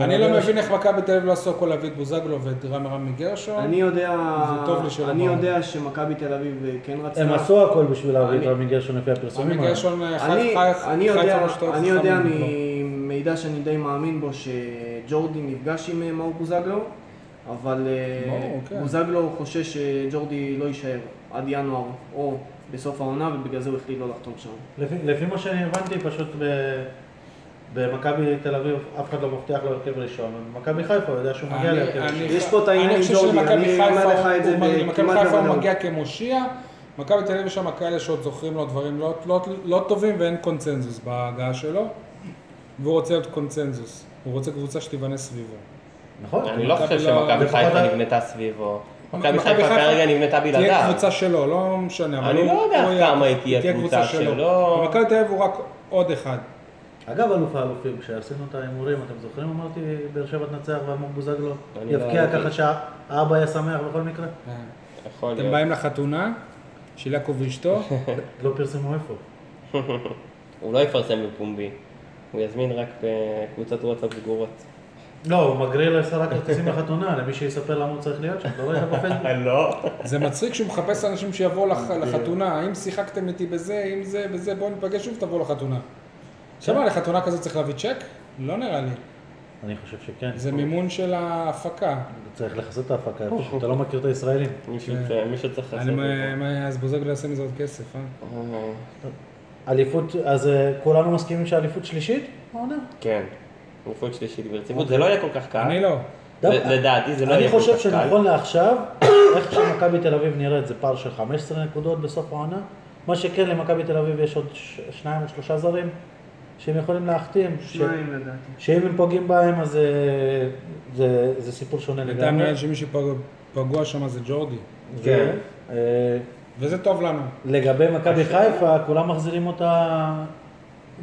אני לא מבין איך מכבי תל אביב לא עשו הכל להביא את בוזגלו ואת רמי רמי גרשון. אני יודע, זה טוב לשאלה אני מה. יודע שמכבי תל אביב אה, כן רצתה. הם עשו הכל בשביל להביא את אני- רמי גרשון לפי הפרסומים. רמי האלה. גרשון אה, אני, חי- חי- אני חי יודע, כמה שטויות אני יודע חכמים כבר. ממידע שאני די מאמין בו שג'ורדי נפגש עם אה, מאור בוזגלו, אבל אה, מאור, כן. בוזגלו חושש שג'ורדי לא יישאר עד ינואר או בסוף העונה, ובגלל זה הוא החליט לא לחתום שם. לפי, לפי מה שאני הבנתי, פשוט ב- במכבי תל אביב אף אחד לא מבטיח לו הרכב ראשון, ובמכבי חיפה הוא יודע שהוא מגיע אני- להרכב אני- ראשון. יש פה את העניין אני עם חושב ג'ורדי, שלמכבי אני אומר חיפה לך את זה הוא- בכמעט למכבי חיפה הוא בוודאות. מגיע כמושיע. מכבי תל אביב יש שם כאלה שעוד זוכרים לו דברים לא- לא- לא טובים ואין קונצנזוס בהגעה שלו. והוא רוצה להיות קונצנזוס. הוא רוצה קבוצה שתיבנה סביבו. נכון? אני לא חושב מכבי לא- שמכבי לפחות חיפה ה- נבנתה סביבו. מכבי חיפה כרגע נבנתה תהיה בלעדיו. קבוצה שלו, לא משנה. אבל אני הוא- לא יודע הוא יהיה- כמה היא תהיה קבוצה שלו. ומכבי תל אביב הוא רק עוד אחד. אגב, אלוף האלופים, כשעשינו את ההימורים, אתם זוכרים? אמרתי, באר שבע תנצח ואמור בוזגלו אני לא יבקיע הייתי. ככה שהאבא יהיה שמח בכל מקרה? יכול אתם להיות. באים לחתונה של יעקב ואשתו. לא פרסמו איפה. הוא לא יפרסם בפומבי. הוא יזמין רק בקבוצת וואטסאפ סגורות. לא, הוא מגריל עשרה כרטיסים לחתונה, למי שיספר למה הוא צריך להיות שם, לא ראית בפייסבוק? לא. זה מצחיק שהוא מחפש אנשים שיבואו לח... לחתונה, אם שיחקתם איתי בזה, אם זה, בזה, בואו ניפגש שוב, תבואו לחתונה. שמע, לחתונה כזאת צריך להביא צ'ק? לא נראה לי. כן. אני חושב שכן. זה מימון של ההפקה. צריך לכסות את ההפקה, אוקיי. איפשהו, אתה לא מכיר את הישראלים. מישהו צ- מישהו צריך לעשות אני את מה- זה. מה- אז בוזגלו יעשה מזה עוד כסף, אה? אה, אליפות, אז אה, כולנו מסכימים שאליפות שלישית? כן. אליפות שלישית ברציפות. זה לא יהיה כל כך קל. אני לא. ל- לדעתי זה לא אני יהיה כל חושב כך קל. שנכון לעכשיו, איך שמכבי תל אביב נראית, זה פער של 15 נקודות בסוף העונה. מה שכן, למכבי תל אביב יש עוד ש- שניים או שלושה זרים שהם יכולים להחתים. ש- שניים לדעתי. שאם הם פוגעים בהם, אז אה, זה- זה סיפור שונה בינתיים לגמרי. נראה לי שמי שפגוע שם זה ג'ורדי. כן. אה, וזה טוב לנו. לגבי מכבי חיפה, כולם מחזירים אותה...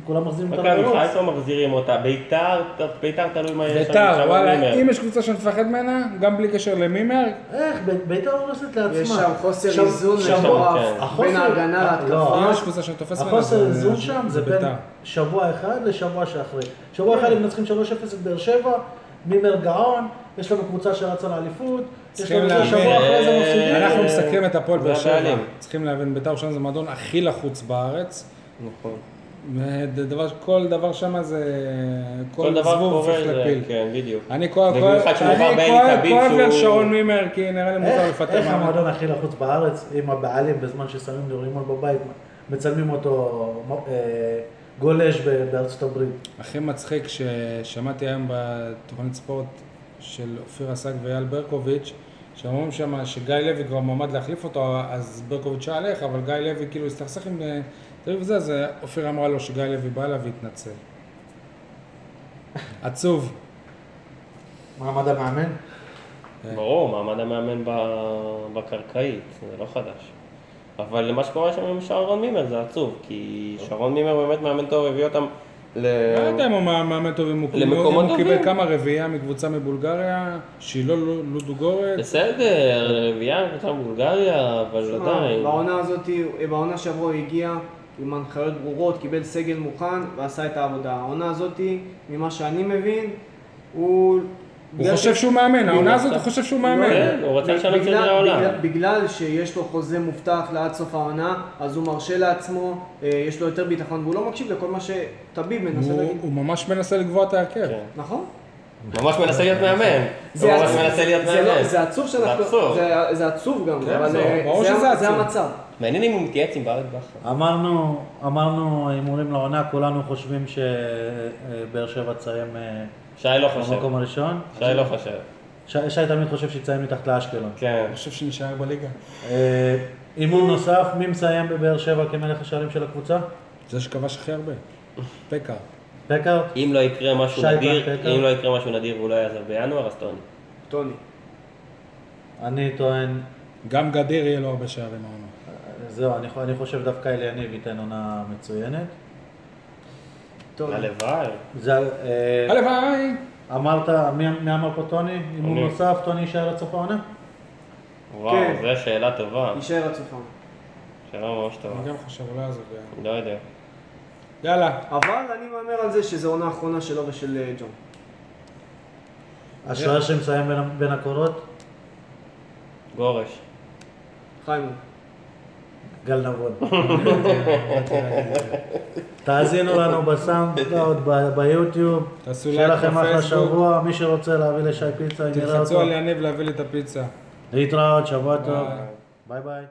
כולם מחזירים אותה מכבי לרוץ. חיפה מחזירים אותה. ביתר, טוב, ביתר תלוי אה, מה יש ביתר, וואלה, מימר. אם יש קבוצה שאני מפחד ממנה, גם בלי קשר למימר, איך, ב- ביתר הורסת לעצמה. יש שם חוסר שם- איזון שם- מטורף כן. בין החוסר- ההגנה לא, להתקפה. אם יש קבוצה שאני תופס ממנה, החוסר זה- איזון שם זה בין ביתר. כן. שבוע אחד לשבוע שאחרי. שבוע אחד הם מנצחים 3-0 את באר שבע, מימר גאון, יש לנו קבוצה שרצה לאליפות, יש צריכים לנו קבוצה להבין. אה, שבוע אחרי זה מפסידים. אנחנו מסכמים את הפועל זה באר שבע. הבעלים. צריכים להבין, ביתר ירושלים זה המועדון הכי לחוץ בארץ. נכון. דבר, כל דבר שם זה... כל כל דבר זבוב קורה, הופך זה- לפיל. כן, בדיוק. אני כואב, במיוחד כואב, שהוא עבר אני באלי כואב, כביש כואב לי על שהוא- שרון מימר, כי נראה לי מוזר איך לפטר איך מעמד. המועדון הכי לחוץ בארץ, עם הבעלים בזמן ששמים לו רימון בבית, מצלמים אותו אה, גולש ב- בארצות הברית. הכי מצחיק ששמעתי היום בתוכנית ספורט של אופיר אסק ואייל ברקוביץ', שאומרים שם שגיא לוי כבר מועמד להחליף אותו, אז ברקוביץ' שאל איך, אבל גיא לוי כאילו הסתכסך עם אה, תל אביב וזה, אז אה, אופיר אמרה לו שגיא לוי בא אליו והתנצל. עצוב. מעמד המאמן? ברור, מעמד המאמן ב- בקרקעית, זה לא חדש. אבל מה שקורה שם עם שרון מימר זה עצוב, כי שרון מימר באמת מאמן טוב, הביא אותם ל... לא יודע אם הוא מה- מאמן טוב, אם הוא אם למקומות הוא- אם הוא טובים. קיבל כמה רביעייה מקבוצה מבולגריה, שהיא לא לו- לודוגורץ. בסדר, רביעייה, קבוצה בולגריה, אבל שמע, עדיין. לא, לא- בעונה הזאת, אה, בעונה שעברו הוא הגיע עם הנחיות ברורות, קיבל סגל מוכן ועשה את העבודה. העונה הזאת, ממה שאני מבין, הוא... הוא חושב שהוא מאמן, העונה הזאת הוא חושב שהוא מאמן. כן, הוא רצה לשנות בגלל- סדרי עולם. בגלל- בגלל שיש לו חוזה מובטח לעד סוף העונה, אז הוא מרשה לעצמו, אה, יש לו יותר ביטחון, והוא לא מקשיב לכל מה שטביב מנסה הוא להגיד. הוא ממש מנסה לקבוע את ההרכב. כן. נכון? ממש מנסה להיות מאמן. הוא ממש עצוב. מנסה להיות זה לא- מאמן. זה עצוב זה שאנחנו... עצוב. זה- זה עצוב גם, אבל עצוב. אה, ברור זה- שזה זה עצוב. המצב. מעניין אם הוא מתייעץ עם ברק בכר. אמרנו, אמרנו הימורים לעונה, כולנו חושבים שבאר שבע תסיים אה, שי לא חושב. במקום הראשון. שי לא חושב. ש- שי תמיד חושב שתסיים מתחת לאשקלון. כן. אני חושב שנשאר בליגה. אה, אימון נוסף, מי מסיים בבאר שבע כמלך השערים של הקבוצה? זה שכבש הכי הרבה. פקארט. פקארט? אם לא יקרה משהו שי נדיר, ברקת. אם לא יקרה משהו נדיר והוא לא יעזב בינואר, אז טוני. טוני. אני טוען, גם גדיר יהיה לו הרבה שערים העונה. אה, זהו, אני, חו- אני חושב דווקא אליניב ייתן עונה מצוינת. טוני. הלוואי. זה, אה, הלוואי. אמרת, מי, מי אמר פה טוני? אם הוא אני. נוסף, טוני יישאר עד סוף העונה? וואו, כן. זו שאלה טובה. יישאר הצופן. שאלה ממש טובה. אני גם חושב, אולי עזוב, יאללה. לא יודע. יאללה, אבל אני מהמר על זה שזו העונה האחרונה שלו ושל אה, ג'ון. השוער שמסיים בין, בין הקורות? גורש. חיימון. גל נבון. תאזינו לנו בסאונד קלאוד, ב- ביוטיוב. תעשו שיהיה לייק לכם אחלה בפייסבוק. שבוע, מי שרוצה להביא לשי פיצה, נראה תלחצו אותו. על יניב להביא לי את הפיצה. להתראות, שבוע טוב. ביי. ביי ביי.